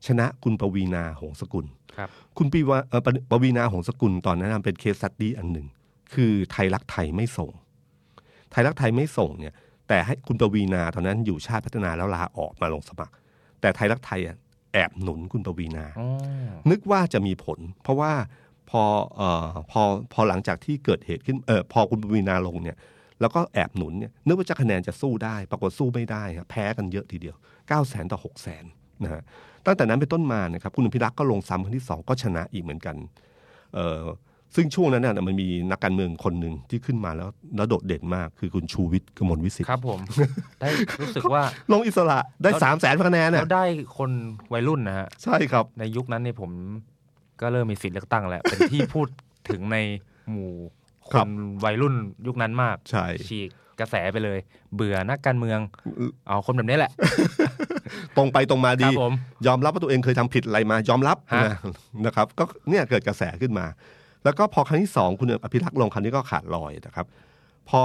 Speaker 2: ชนะคุณปวีนาหงสกุล
Speaker 3: ครับ
Speaker 2: คุณปวีวาเอ่อปวปวีนาหงสกุลตอนนั้นเป็นเคสสตดี้อันหนึ่ง คือไทยรักไทยไม่ส่ง ไทยรักไทยไม่ส่งเนี่ย แต่ให้คุณปวีนาตอนนั้นอยู่ชาติพัฒนาแล้วลาออกมาลงสมัคร แต่ไทยรักไทยอะแอบหนุนคุณปวีนา
Speaker 3: อ๋อ
Speaker 2: นึกว่าจะมีผล เพราะว่าพอเอ่อพอพอหลังจากที่เกิดเหตุขึ้นเออพอคุณปวีนาลงเนี่ย แล้วก็แอบหนุนเนี่ยนึกว่าจะคะแนนจะสู้ได้ ปรากฏสู้ไม่ได้ครับแพ้กันเยอะทีเดียว 9 0 0แสนต่อ 6 0แสนนะฮะตั้งแต่นั้นเป็นต้นมานะครับคุณอภิรักษ์ก็ลงซ้ำครั้งที่ 2 ก็ชนะอีกเหมือนกันเอ่อ ซึ่งช่วงนั้นน่ะมันมีนักการเมืองคนหนึ่งที่ขึ้นมาแล้วแล้วโดดเด่นมากคือคุณชูวิทย์กมลวิสิท
Speaker 3: ค
Speaker 2: ธิ์
Speaker 3: รับผม ได้รู้สึกว่า
Speaker 2: ลงอิสระได้
Speaker 3: แล้ว
Speaker 2: สามแสนคะแนน
Speaker 3: แล้
Speaker 2: น่ะ
Speaker 3: วได้คนวัยรุ่นนะฮะ
Speaker 2: ใช่ครับ
Speaker 3: ในยุคนั้นเนี่ยผมก็เริ่มมีสิทธิ์เลือกตั้งแล้ว เป็นที่พูดถึงในหมู่ค
Speaker 2: ครับ
Speaker 3: นวัยรุ่นยุคนั้นมาก
Speaker 2: ใช่
Speaker 3: ฉีกกระแสไปเลย เบื่อนักการเมือง เอาคนแบบนี้แหละ
Speaker 2: ตรงไปตรงมา
Speaker 3: ค
Speaker 2: ดี
Speaker 3: รับผม
Speaker 2: ยอมรับว่าตัวเองเคยทำผิดอะไรมายอมรับ
Speaker 3: ฮะ
Speaker 2: นะ นะครับ ก็เนี่ยเกิดกระแสขึ้นมา แล้วก็พอครั้งที่สองคุณอภิรักษ์ลงครั้งนี้ก็ขาดลอยนะครับ พอ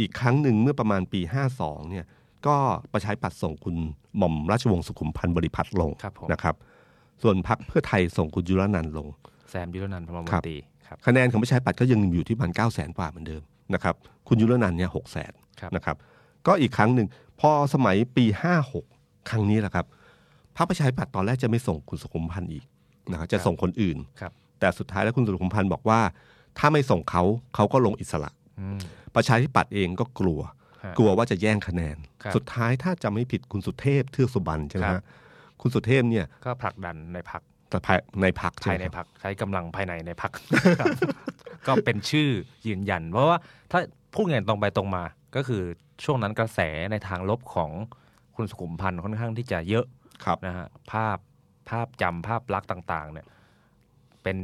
Speaker 2: อีกครั้งหนึ่งเมื่อประมาณปี 52เนี่ยก็ประชาธิปัดส่งคุณหม่อมราชวงศ์สุขุมพันธ์บริพัตรลง
Speaker 3: ครับผม
Speaker 2: นะครับ ส่วนพักเพื่อไทยส่งคุณยุรนันท์ลง
Speaker 3: แซมยุรนันท์พรหมม
Speaker 2: ครั
Speaker 3: น
Speaker 2: บ
Speaker 3: ตรีครับ
Speaker 2: คะแนนของประชาธิปัตย์ก็ยังอยู่ที่ประมาณ9 0 0 0 0กว่าเหมือนเดิมนะครับคุณยุรนันท์เนี่ยหกแสน
Speaker 3: ครับ
Speaker 2: นะครับก็อีกครั้งหนึ่งพอสมัยปี 56 ครั้งนี้แหละครับพรรคประชาธิปัตย์ตอนแรกจะไม่ส่งคุณสุขุมพันธ์อีกนะครับจะส่งคนอื่น
Speaker 3: ครับ
Speaker 2: แต่สุดท้ายแล้วคุณสุขุมพันธ์บอกว่า ถ้าไม่ส่งเขาเขาก็ลงอิสระ
Speaker 3: อืม
Speaker 2: ประชาธิปัตย์เองก็กลัว
Speaker 3: ฮะ
Speaker 2: กลัวว่าจะแย่งคะแนน
Speaker 3: ครับ
Speaker 2: สุดท้ายถ้าจะไม่ผิดคุณสุเทพเทือกสุบรรณใช่ไหม
Speaker 3: ครับ
Speaker 2: ฮะคุณสุเทพเนี่ย
Speaker 3: ก็ผลักดันในพัก
Speaker 2: แต่ภายในพรรคช่
Speaker 3: ภาย
Speaker 2: ไหม
Speaker 3: ใน
Speaker 2: ครับ
Speaker 3: พักใช้กำลังภายในในพัก ก็เป็นชื่อยืนยัน เพราะว่าถ้าพูดอย่างตรงไปตรงมา ก็คือช่วงนั้นกระแสในทางลบของคุณสุขุมพันธ์ค่อนข้างที่จะเยอะ
Speaker 2: ครับ
Speaker 3: นะฮะภาพภาพจำภาพลักษณ์ต่าง ๆ เนี่ยเป็น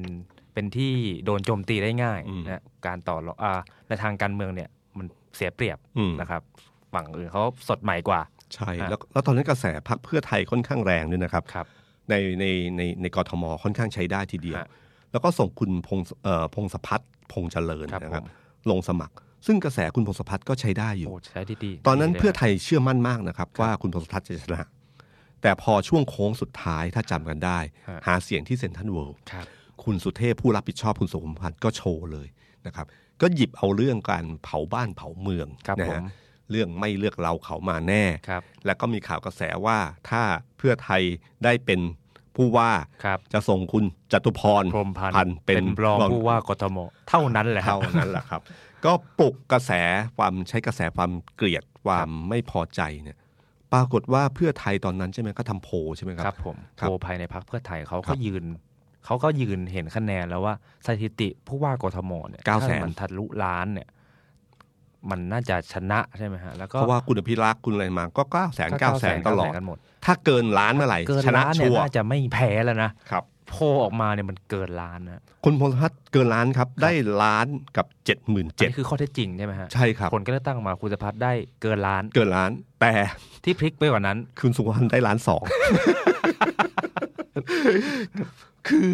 Speaker 3: เป็นที่โดนโจมตีได้ง่ายนะการต่อรองอาในทางการเมืองเนี่ยมันเสียเปรียบ
Speaker 2: อืม
Speaker 3: นะครับ ฝั่งอื่นเขาสดใหม่กว่า
Speaker 2: ใช่
Speaker 3: ฮะ
Speaker 2: แล้วแล้วตอนนั้นกระแสพักเพื่อไทยค่อนข้างแรงด้วยนะครับ
Speaker 3: ครับ
Speaker 2: ในในในในกทมค่อนข้างใช้ได้ทีเดียว
Speaker 3: ฮะ
Speaker 2: แล้วก็ส่งคุณพงศ์เอ่อพงศพัฒน์พงษ์เจริญ
Speaker 3: ครับ
Speaker 2: นะครับ
Speaker 3: ผม
Speaker 2: ลงสมัคร ซึ่งกระแสคุณพงศพัฒน์ก็ใช้ได้อยู่
Speaker 3: โอ้ใช้ที่ดี
Speaker 2: ตอนนั้น
Speaker 3: ดีลย
Speaker 2: เพื่อไทยเชื่อมั่นมากนะครับ ว่าคุณพงศพัฒน์จะชนะ แต่พอช่วงโค้งสุดท้ายถ้าจำกันได้ หาเสียงที่เซ็นทรัลเวิลด์
Speaker 3: ครับ
Speaker 2: คุณสุเทพผู้รับผิดชอบคุณสุขุมพันธ์ก็โชว์เลยนะครับ ก็หยิบเอาเรื่องการเผาบ้านเผาเมือง
Speaker 3: ครับ
Speaker 2: นะ
Speaker 3: ผ
Speaker 2: ฮะ
Speaker 3: ม
Speaker 2: เรื่องไม่เลือกเราเขามาแน่
Speaker 3: ครับ
Speaker 2: แล้วก็มีข่าวกระแสว่าถ้าเพื่อไทยได้เป็นผู้ว่า
Speaker 3: ครับ
Speaker 2: จะส่งคุณจตุพร
Speaker 3: พรหมพัน
Speaker 2: น
Speaker 3: ธ์
Speaker 2: ธ์เป็น
Speaker 3: รองผู้ว่ากทมเท่านั้นแหละครับ
Speaker 2: เท่านั้นแหละครับ ก็ปลุกกระแสความใช้กระแสความเกลียดความไม่พอใจเนี่ยปรากฏว่าเพื่อไทยตอนนั้นใช่ไหมก็ทำโพลใช่ไหมค
Speaker 3: ค
Speaker 2: รั
Speaker 3: รับ บผม
Speaker 2: ครับ
Speaker 3: โพลภายในพักเพื่อไทยเขา
Speaker 2: ครั
Speaker 3: ก็
Speaker 2: บ
Speaker 3: ยืนเขาก็ยืนเห็นคะแนนแล้วว่าสถิติผู้ว่ากทมเนี่ย
Speaker 2: 900,000
Speaker 3: ถ้มันทะลุล้านเนี่ย มันน่าจะชนะใช่ไหมฮะ แล้วก็
Speaker 2: เพราะว่าคุณอภิรักษ์คุณอะไรมาก็เก้าแสนเก้าแสนตลอด
Speaker 3: กันหมด
Speaker 2: ถ้าเกินล้านเมื่อไหร่
Speaker 3: เกิน
Speaker 2: ชนะ
Speaker 3: ล้านเนี่
Speaker 2: ชั
Speaker 3: ยว
Speaker 2: ร์
Speaker 3: น่าจะไม่แพ้แล้วนะครับ โพลออกมาเนี่ยมันเกินล้านนะ
Speaker 2: คุณพงศพัฒน์เกินล้านครับ ได้ล้านกับเจ็ดหมื่น
Speaker 3: อัน
Speaker 2: เจ็ด
Speaker 3: นี่คือข้อเท็จจริงใช่ไหมฮะ
Speaker 2: ใช่ครับ
Speaker 3: ผลการเลือกตั้งออกมาคุณสพัฒน์ได้เกินล้าน
Speaker 2: เกินล้านแต่
Speaker 3: ที่พลิกไปกว่านั้น
Speaker 2: คุณสุวรรณได้ล้านสอง คือ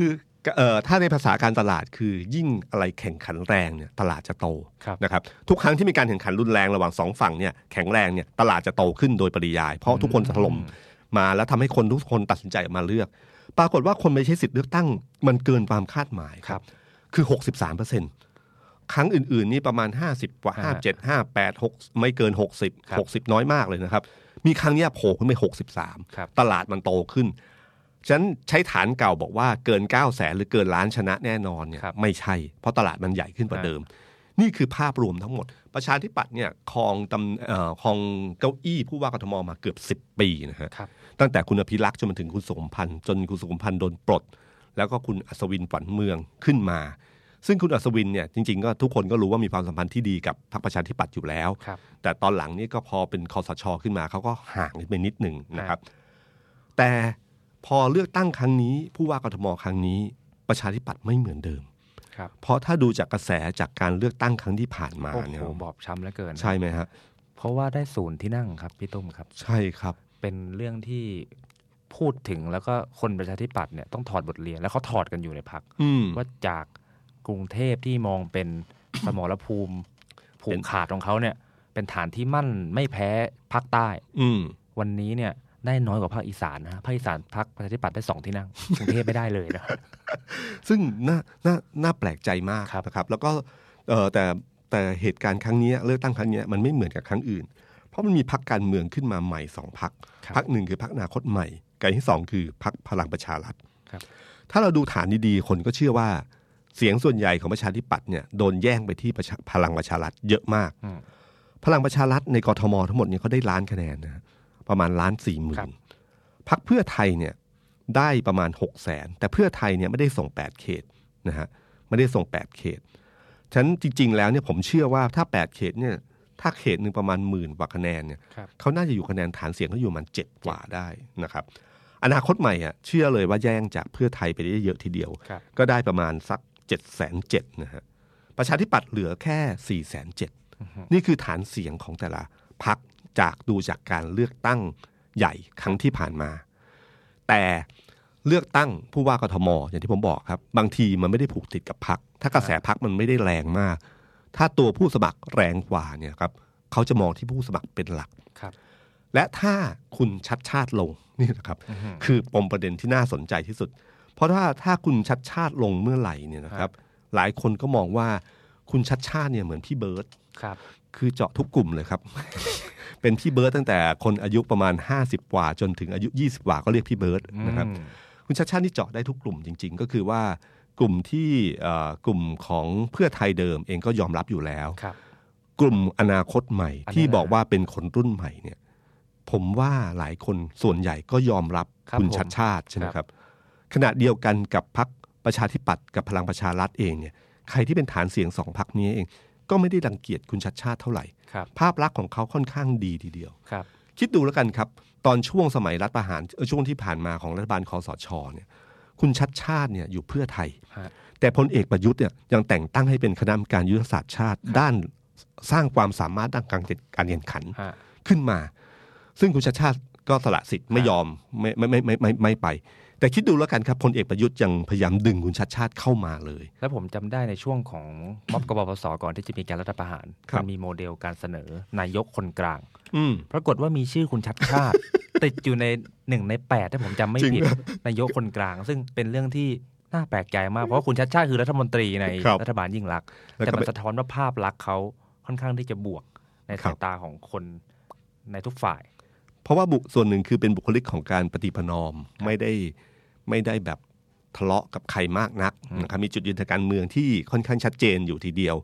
Speaker 2: เอ่อถ้าในภาษาการตลาดคือยิ่งอะไรแข่งขันแรงเนี่ยตลาดจะโต
Speaker 3: ครับ
Speaker 2: นะครับ ทุกครั้งที่มีการแข่งขันรุนแรงระหว่างสองฝั่งเนี่ยแข็งแรงเนี่ยตลาดจะโตขึ้นโดยปริยาย เพราะทุกคนถล่มมาแล้วทำให้คนทุกคนตัดสินใจออกมาเลือก ปรากฏว่าคนไม่ใช้สิทธิ์เลือกตั้ง มันเกินความคาดหมายครับ คือหกสิบสามเปอร์เซ็นครั้งอื่น ๆ นี่ประมาณห้าสิบกว่า
Speaker 3: อ่า
Speaker 2: ห้า
Speaker 3: ฮะ
Speaker 2: เจ็ดห้าแปดหกไม่เกินหกสิบ
Speaker 3: ครับ
Speaker 2: หกสิบน้อยมากเลยนะครับ มีครั้งเนี้ยโผล่ขึ้นไปหกสิบสาม
Speaker 3: ครับ
Speaker 2: ตลาดมันโตขึ้น ฉะนันใช้ฐานเก่าบอกว่าเกินเก้าแสนหรือเกินล้านชนะแน่นอนเนี่ย
Speaker 3: ครับ
Speaker 2: ไม่ใช่ เพราะตลาดมันใหญ่ขึ้นกว่า
Speaker 3: อ่า
Speaker 2: เดิม นี่คือภาพรวมทั้งหมด ประชาธิปัตย์เนี่ยครองตำเอ่อครองเก้าอี้ผู้ว่ากทมมาเกือบ 10 ปีนะฮะ
Speaker 3: ครับ
Speaker 2: ตั้งแต่คุณอภิรักษ์จนมาถึงคุณสุขุมพันธ์จนคุณสุขุมพันธ์โดนปลด แล้วก็คุณอัศวินฝันเมืองขึ้นมา ซึ่งคุณอัศวินเนี่ยจริงๆก็ทุกคนก็รู้ว่ามีความสัมพันธ์ที่ดีกับพรรคประชาธิปัตย์อยู่แล้ว
Speaker 3: ครับ
Speaker 2: แต่ตอนหลังเนี่ยก็พอเป็นคอสชขึ้นมาเขาก็ห่างกันไปนิดหนึ่งนะครับ แต่พอเลือกตั้งครั้งนี้ผู้ว่ากทมครั้งนี้ ประชาธิปัตย์ไม่เหมือนเดิม
Speaker 3: ครับ
Speaker 2: เพราะถ้าดูจากกระแสจากการเลือกตั้งครั้งที่ผ่านมา
Speaker 3: โอ้
Speaker 2: เนี่ย
Speaker 3: โหบอบช้ำเหลือเกิน
Speaker 2: ใช่ไหมฮะ
Speaker 3: เพราะว่าได้ศูนย์ที่นั่งครับพี่ตุ้มครับ
Speaker 2: ใช่ครับ
Speaker 3: เป็นเรื่องที่พูดถึงแล้วก็คนประชาธิปัตย์เนี่ยต้องถอดบทเรียนแล้วเขาถอดกันอยู่ในพัก
Speaker 2: อืม
Speaker 3: ว่าจากกรุงเทพที่มองเป็น สมรภูมิผูกขาดของเขาเนี่ยเป็นฐานที่มั่นไม่แพ้ภาคใต้
Speaker 2: อืม
Speaker 3: วันนี้เนี่ยได้น้อยกว่าภาคอีสานนะฮะภาคอีสานพักประชาธิปัตย์ได้สองที่นั่ง กรุงเทพไม่ได้เลยนะ
Speaker 2: ซึ่งน่าน่าน่าแปลกใจมาก
Speaker 3: ครับ
Speaker 2: นะครับ แล้วก็เอ่อแต่แต่เหตุการณ์ครั้งเนี้ยเลือกตั้งครั้งเนี้ยมันไม่เหมือนกับครั้งอื่น เพราะมันมีพักการเมืองขึ้นมาใหม่สองพัก
Speaker 3: ครับ
Speaker 2: พักหนึ่งคือพักอนาคตใหม่กับที่สองคือพักพลังประชารัฐ
Speaker 3: ครับ
Speaker 2: ถ้าเราดูฐานดีๆคนก็เชื่อว่า เสียงส่วนใหญ่ของประชาธิปัตย์เนี่ยโดนแย่งไปที่ประชาพลังประชารัฐเยอะมาก
Speaker 3: อืม
Speaker 2: พลังประชารัฐในกรทมทั้งหมดเนี่ยเขาได้ล้านคะแนนนะฮะประมาณล้านสี่หมื่
Speaker 3: ครับ
Speaker 2: นพักเพื่อไทยเนี่ยได้ประมาณหกแสนแต่เพื่อไทยเนี่ยไม่ได้ส่งแปดเขตนะฮะ ไม่ได้ส่ง 8 เขต ฉะนั้นจริง ๆ แล้วเนี่ยผมเชื่อว่าถ้า 8 เขตเนี่ยถ้าเขตหนึ่งประมาณหมื่นกว่าคะแนนเนี่ย
Speaker 3: ครับ
Speaker 2: เขาน่าจะอยู่คะแนนฐานเสียงเขาอยู่ประมันเจ็ดกว่าได้นะครับอนาคตใหม่อ่ะเชื่อเลยว่าแย่งจากเพื่อไทยไปได้เยอะทีเดียว
Speaker 3: ครับ
Speaker 2: ก็ได้ประมาณสัก7จ็ดแสนเจ็ดนะฮะประชาธิปัตย์เหลือแค่4ี่แสนเจ็ดนี่คือฐานเสียงของแต่ละพักจากดูจากการเลือกตั้งใหญ่ครั้งที่ผ่านมา แต่เลือกตั้งผู้ว่ากทมอย่างที่ผมบอกครับ บางทีมันไม่ได้ผูกติดกับพัก ถ้ากระแสพักมันไม่ได้แรงมาก ถ้าตัวผู้สมัครแรงกว่าเนี่ยครับเขาจะมองที่ผู้สมัครเป็นหลัก
Speaker 3: ครับ
Speaker 2: และถ้าคุณชัดชาติลงนี่นะครับ คือปมประเด็นที่น่าสนใจที่สุด เพราะถ้าถ้าคุณชัดชาติลงเมื่อไหร่เนี่ยนะครับ หลายคนก็มองว่าคุณชัดชาติเนี่ยเหมือนพี่เบิร์ต
Speaker 3: ครับ
Speaker 2: คือเจาะทุกกลุ่มเลยครับ เป็นพี่เบิร์ตตั้งแต่คนอายุประมาณ 50 กว่า จนถึงอายุ 20 กว่าก็เรียกพี่เบิร์ตนะครับ
Speaker 3: อืม
Speaker 2: คุณชาติชาตินี่เจาะได้ทุกกลุ่มจริง ๆ ก็คือว่ากลุ่มที่เอ่อกลุ่มของเพื่อไทยเดิมเองก็ยอมรับอยู่แล้ว
Speaker 3: ครับ
Speaker 2: กลุ่มอนาคตใหม่
Speaker 3: อันนี้
Speaker 2: ที่บอกว่าเป็นคนรุ่นใหม่เนี่ย ผมว่าหลายคนส่วนใหญ่ก็ยอมรับ
Speaker 3: ครับ
Speaker 2: คุณ
Speaker 3: ผม
Speaker 2: ชัดชาติใช่ไหม
Speaker 3: ครับ
Speaker 2: ครับ ขณะเดียวกันกับพักประชาธิปัตย์กับพลังประชารัฐเองเนี่ย ใครที่เป็นฐานเสียงสองพักนี้เอง ก็ไม่ได้รังเกียจคุณชัดชาติเท่าไหร่
Speaker 3: ครับ
Speaker 2: ภาพลักษณ์ของเขาค่อนข้างดีทีเดียว
Speaker 3: ครับ
Speaker 2: คิดดูแล้วกันครับ ตอนช่วงสมัยรัฐประหารเอ่อช่วงที่ผ่านมาของรัฐบาลคอสชเนี่ย คุณชัดชาติเนี่ยอยู่เพื่อไทย
Speaker 3: ฮะ
Speaker 2: แต่พลเอกประยุทธ์เนี่ยยังแต่งตั้งให้เป็นคณะกรรมการยุทธศาสตร์ชาติ ด้านสร้างความสามารถด้านการการแข่งขัน
Speaker 3: ฮะ
Speaker 2: ขึ้นมา ซึ่งคุณชาติชาติก็สละสิทธิ์ไม่ยอมไม่ไม่ไม่ไม่ไม่ไม่ไม่ไป แต่คิดดูแล้วกันครับพลเอกประยุทธ์ยังพยายามดึงคุณชาติชาติเข้ามาเลย
Speaker 3: แล้วผมจำได้ในช่วงของ ม็อบกบพศก่อนที่จะมีการรัฐประหาร
Speaker 2: ครับ
Speaker 3: มันมีโมเดลการเสนอนายกคนกลาง
Speaker 2: อืม
Speaker 3: ปรากฏว่ามีชื่อคุณชัดชา ติ ติดอยู่ในหนึ่งในแปดถ้าผมจำไม่
Speaker 2: จริง
Speaker 3: ผิด
Speaker 2: เหรอน
Speaker 3: ายกคนกลาง ซึ่งเป็นเรื่องที่น่าแปลกใจมาก เพราะว่าคุณชัดชาติคือรัฐมนตรีใน
Speaker 2: ครับ
Speaker 3: รัฐบาลยิ่งรักษณ์
Speaker 2: แล้วก็
Speaker 3: แต่มันสะท้อนว่าภาพลักษณ์เขาค่อนข้างที่จะบวกใน
Speaker 2: ครั
Speaker 3: สาย
Speaker 2: บ
Speaker 3: ตาของคนในทุกฝ่าย
Speaker 2: เพราะว่าบุส่วนหนึ่งคือเป็นบุคลิกของการปฏิพนอมไม่ได้ไม่ได้แบบทะเลาะกับใครมากนักนะครับมีจุดยืนทางการเมืองที่ค่อนข้างชัดเจนอยู่ทีเดียว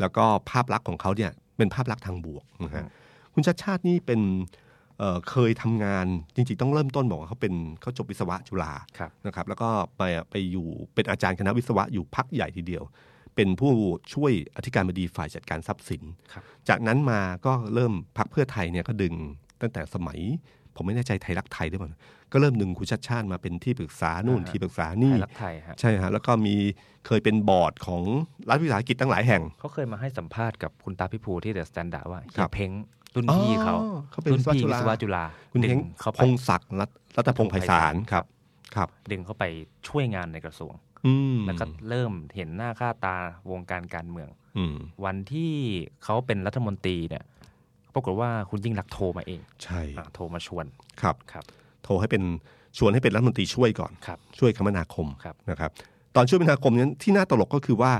Speaker 2: แล้วก็ภาพลักษณ์ของเขาเนี่ยเป็นภาพลักษณ์ทางบวกนะฮะคุณชาติชาตินี่เป็นเอ่อเคยทำงานจริงๆต้องเริ่มต้นบอกว่าเขาเป็นเขาจบวิศวะจุฬา
Speaker 3: ครับ
Speaker 2: นะครับแล้วก็ไปไปอยู่เป็นอาจารย์คณะวิศวะอยู่พักใหญ่ทีเดียว เป็นผู้ช่วยอธิการบดีฝ่ายจัดการทรัพย์สิน
Speaker 3: ครับ
Speaker 2: จากนั้นมาก็เริ่มพักเพื่อไทยเนี่ยก็ดึงตั้งแต่สมัย ผมไม่แน่ใจไทยรักไทยด้วยมั้งก็เริ่มดึงคุณชัดชาติมาเป็นที่ปรึกษานู่นที่ปรึกษา
Speaker 3: ไท
Speaker 2: นี่
Speaker 3: ยรักไทยฮะ
Speaker 2: ใช่ฮะแล้วก็มีเคยเป็นบอร์ดของรัฐวิสาหกิจตั้งหลายแห่ง
Speaker 3: เขาเคยมาให้สัมภาษณ์กับคุณตาพิภูที่เดอะสแตนดาร์ว่า
Speaker 2: ค
Speaker 3: เฮี
Speaker 2: รั
Speaker 3: ย
Speaker 2: บ
Speaker 3: เพ้งรุ่นพี่เขา
Speaker 2: อ๋อเขาเป็น
Speaker 3: รุ่นพี่
Speaker 2: วิ
Speaker 3: วิ
Speaker 2: ศ
Speaker 3: ศ
Speaker 2: วะ
Speaker 3: วะ
Speaker 2: จุ
Speaker 3: จุ
Speaker 2: ฬา
Speaker 3: ฬา
Speaker 2: คุณ
Speaker 3: ดึ
Speaker 2: เฮ
Speaker 3: ง
Speaker 2: ง
Speaker 3: เขาไป
Speaker 2: พงศักดิ์รัตรัตพงศ์ไพศาลครับครับ
Speaker 3: ดึงเขาไปช่วยงานในกระทรวง
Speaker 2: อืม
Speaker 3: แล้วก็เริ่มเห็นหน้าค่าตาวงการการเมือง
Speaker 2: อืม
Speaker 3: วันที่เขาเป็นรัฐมนตรีเนี่ยปรากฏว่าคุณยิ่งรักษณ์โทรมาเอง
Speaker 2: ใช่
Speaker 3: อ่ะโทรมาชวน
Speaker 2: ครับ
Speaker 3: ครับ
Speaker 2: โทรให้เป็นชวนให้เป็นรัฐมนตรีช่วยก่อน
Speaker 3: ครับ
Speaker 2: ช่วยคมนาคม
Speaker 3: ครับ
Speaker 2: นะครับ ตอนช่วยคมนาคมนั้นที่น่าตลกก็คือว่า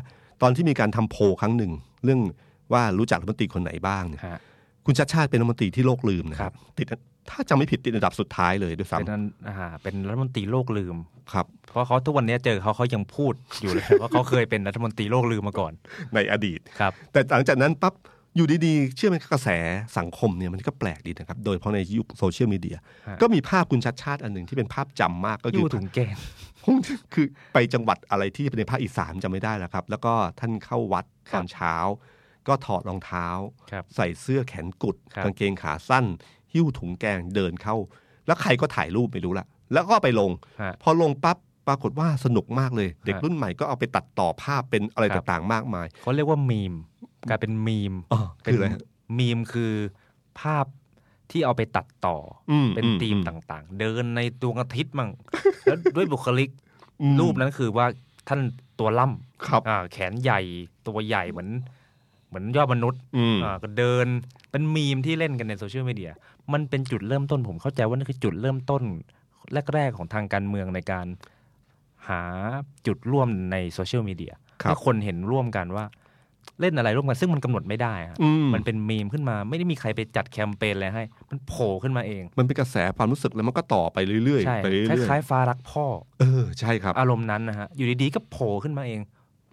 Speaker 2: ตอนที่มีการทำโพลครั้งหนึ่ง เรื่องว่ารู้จักรัฐมนตรีคนไหนบ้างเนี่ย
Speaker 3: ฮะ
Speaker 2: คุณชาติชาติเป็นรัฐมนตรีที่โลกลืมนะค
Speaker 3: ครั
Speaker 2: รับ บติดถ้าจำไม่ผิดติดอันดับสุดท้ายเลยด้วย
Speaker 3: เป็น
Speaker 2: ซ้ำ
Speaker 3: อันอ่าเป็นรัฐมนตรีโลกลืม
Speaker 2: ครับ
Speaker 3: เพราะเขาทุกวันนี้เจอเขาเขายังพูดอยู่ เลย ว่าเขาเคยเป็นรัฐมนตรีโลกลืมมาก่อน
Speaker 2: ในอดีต
Speaker 3: ครับ
Speaker 2: แต่หลังจากนั้นปั๊บอยู่ดีๆ เชื่อไหมกระแสสังคมเนี่ยมันก็แปลกดีนะครับ โดยเฉพาะในยุคโซเชียลมีเดีย
Speaker 3: ฮะ
Speaker 2: ก็มีภาพคุณชัดชาติอันหนึ่งที่เป็นภาพจำมากก็
Speaker 3: อ
Speaker 2: คื
Speaker 3: ยู่
Speaker 2: อ
Speaker 3: ถุงแกง
Speaker 2: ผมคือไปจังหวัดอะไรที่เป็นในภาคอีสานจำไม่ได้แล้วครับ แล้วก็ท่านเข้าวัด
Speaker 3: ค
Speaker 2: ต
Speaker 3: รับ
Speaker 2: อนเช้า ก็ถอดรองเท้า
Speaker 3: ครับ
Speaker 2: ใส่เสื้อแขนกุด
Speaker 3: ครับ
Speaker 2: กางเกงขาสั้น หิ้วถุงแกงเดินเข้า แล้วใครก็ถ่ายรูปไม่รู้ละแล้วก็เอาไปลง
Speaker 3: ฮะ
Speaker 2: พอลงปั๊บปรากฏว่าสนุกมากเลย เด็ก
Speaker 3: ฮะ
Speaker 2: รุ่นใหม่ก็เอาไปตัดต่อภาพเป็นอะไร
Speaker 3: ครับ
Speaker 2: ต่างๆ มากมาย
Speaker 3: เขาเรียกว่ามีมกลายเป็นมีม
Speaker 2: อ๋อคืออะไรฮะ
Speaker 3: มีมคือภาพที่เอาไปตัดต่ออ
Speaker 2: ม
Speaker 3: เป็น
Speaker 2: อืม
Speaker 3: ธีม
Speaker 2: อืม
Speaker 3: ต่างๆ เดินในดวงอาทิตย์มั่ง แล้วด้วยบุคลิก
Speaker 2: อืม
Speaker 3: รูปนั้นคือว่าท่านตัวล่ำ
Speaker 2: ครับ
Speaker 3: อ่าแขนใหญ่ตัวใหญ่เหมือน เหมือนยอดมนุษย์
Speaker 2: อืม
Speaker 3: อ่าก็เดินเป็นมีมที่เล่นกันในโซเชียลมีเดียมันเป็นจุดเริ่มต้นผมเข้าใจว่านั่นคือจุดเริ่มต้น แรก ๆ ของทางการเมืองในการหาจุดร่วมในโซเชียลมีเดีย
Speaker 2: ครับ
Speaker 3: ให้คนเห็นร่วมกันว่า เล่นอะไรร่วมกัน ซึ่งมันกำหนดไม่ได้อะ
Speaker 2: อืม
Speaker 3: มันเป็นมีมขึ้นมา ไม่ได้มีใครไปจัดแคมเปญอะไรให้ มันโผล่ขึ้นมาเอง
Speaker 2: มันเป็นกระแสความรู้สึกแล้วมันก็ต่อไปเรื่อย
Speaker 3: ใช่
Speaker 2: ๆไปเรื่
Speaker 3: ค
Speaker 2: อย
Speaker 3: ล้ายๆฟ้ารักพ่อ
Speaker 2: ๆเออใช่ครับ
Speaker 3: อารมณ์นั้นนะฮะ อยู่ดีๆ ก็โผล่ขึ้นมาเอง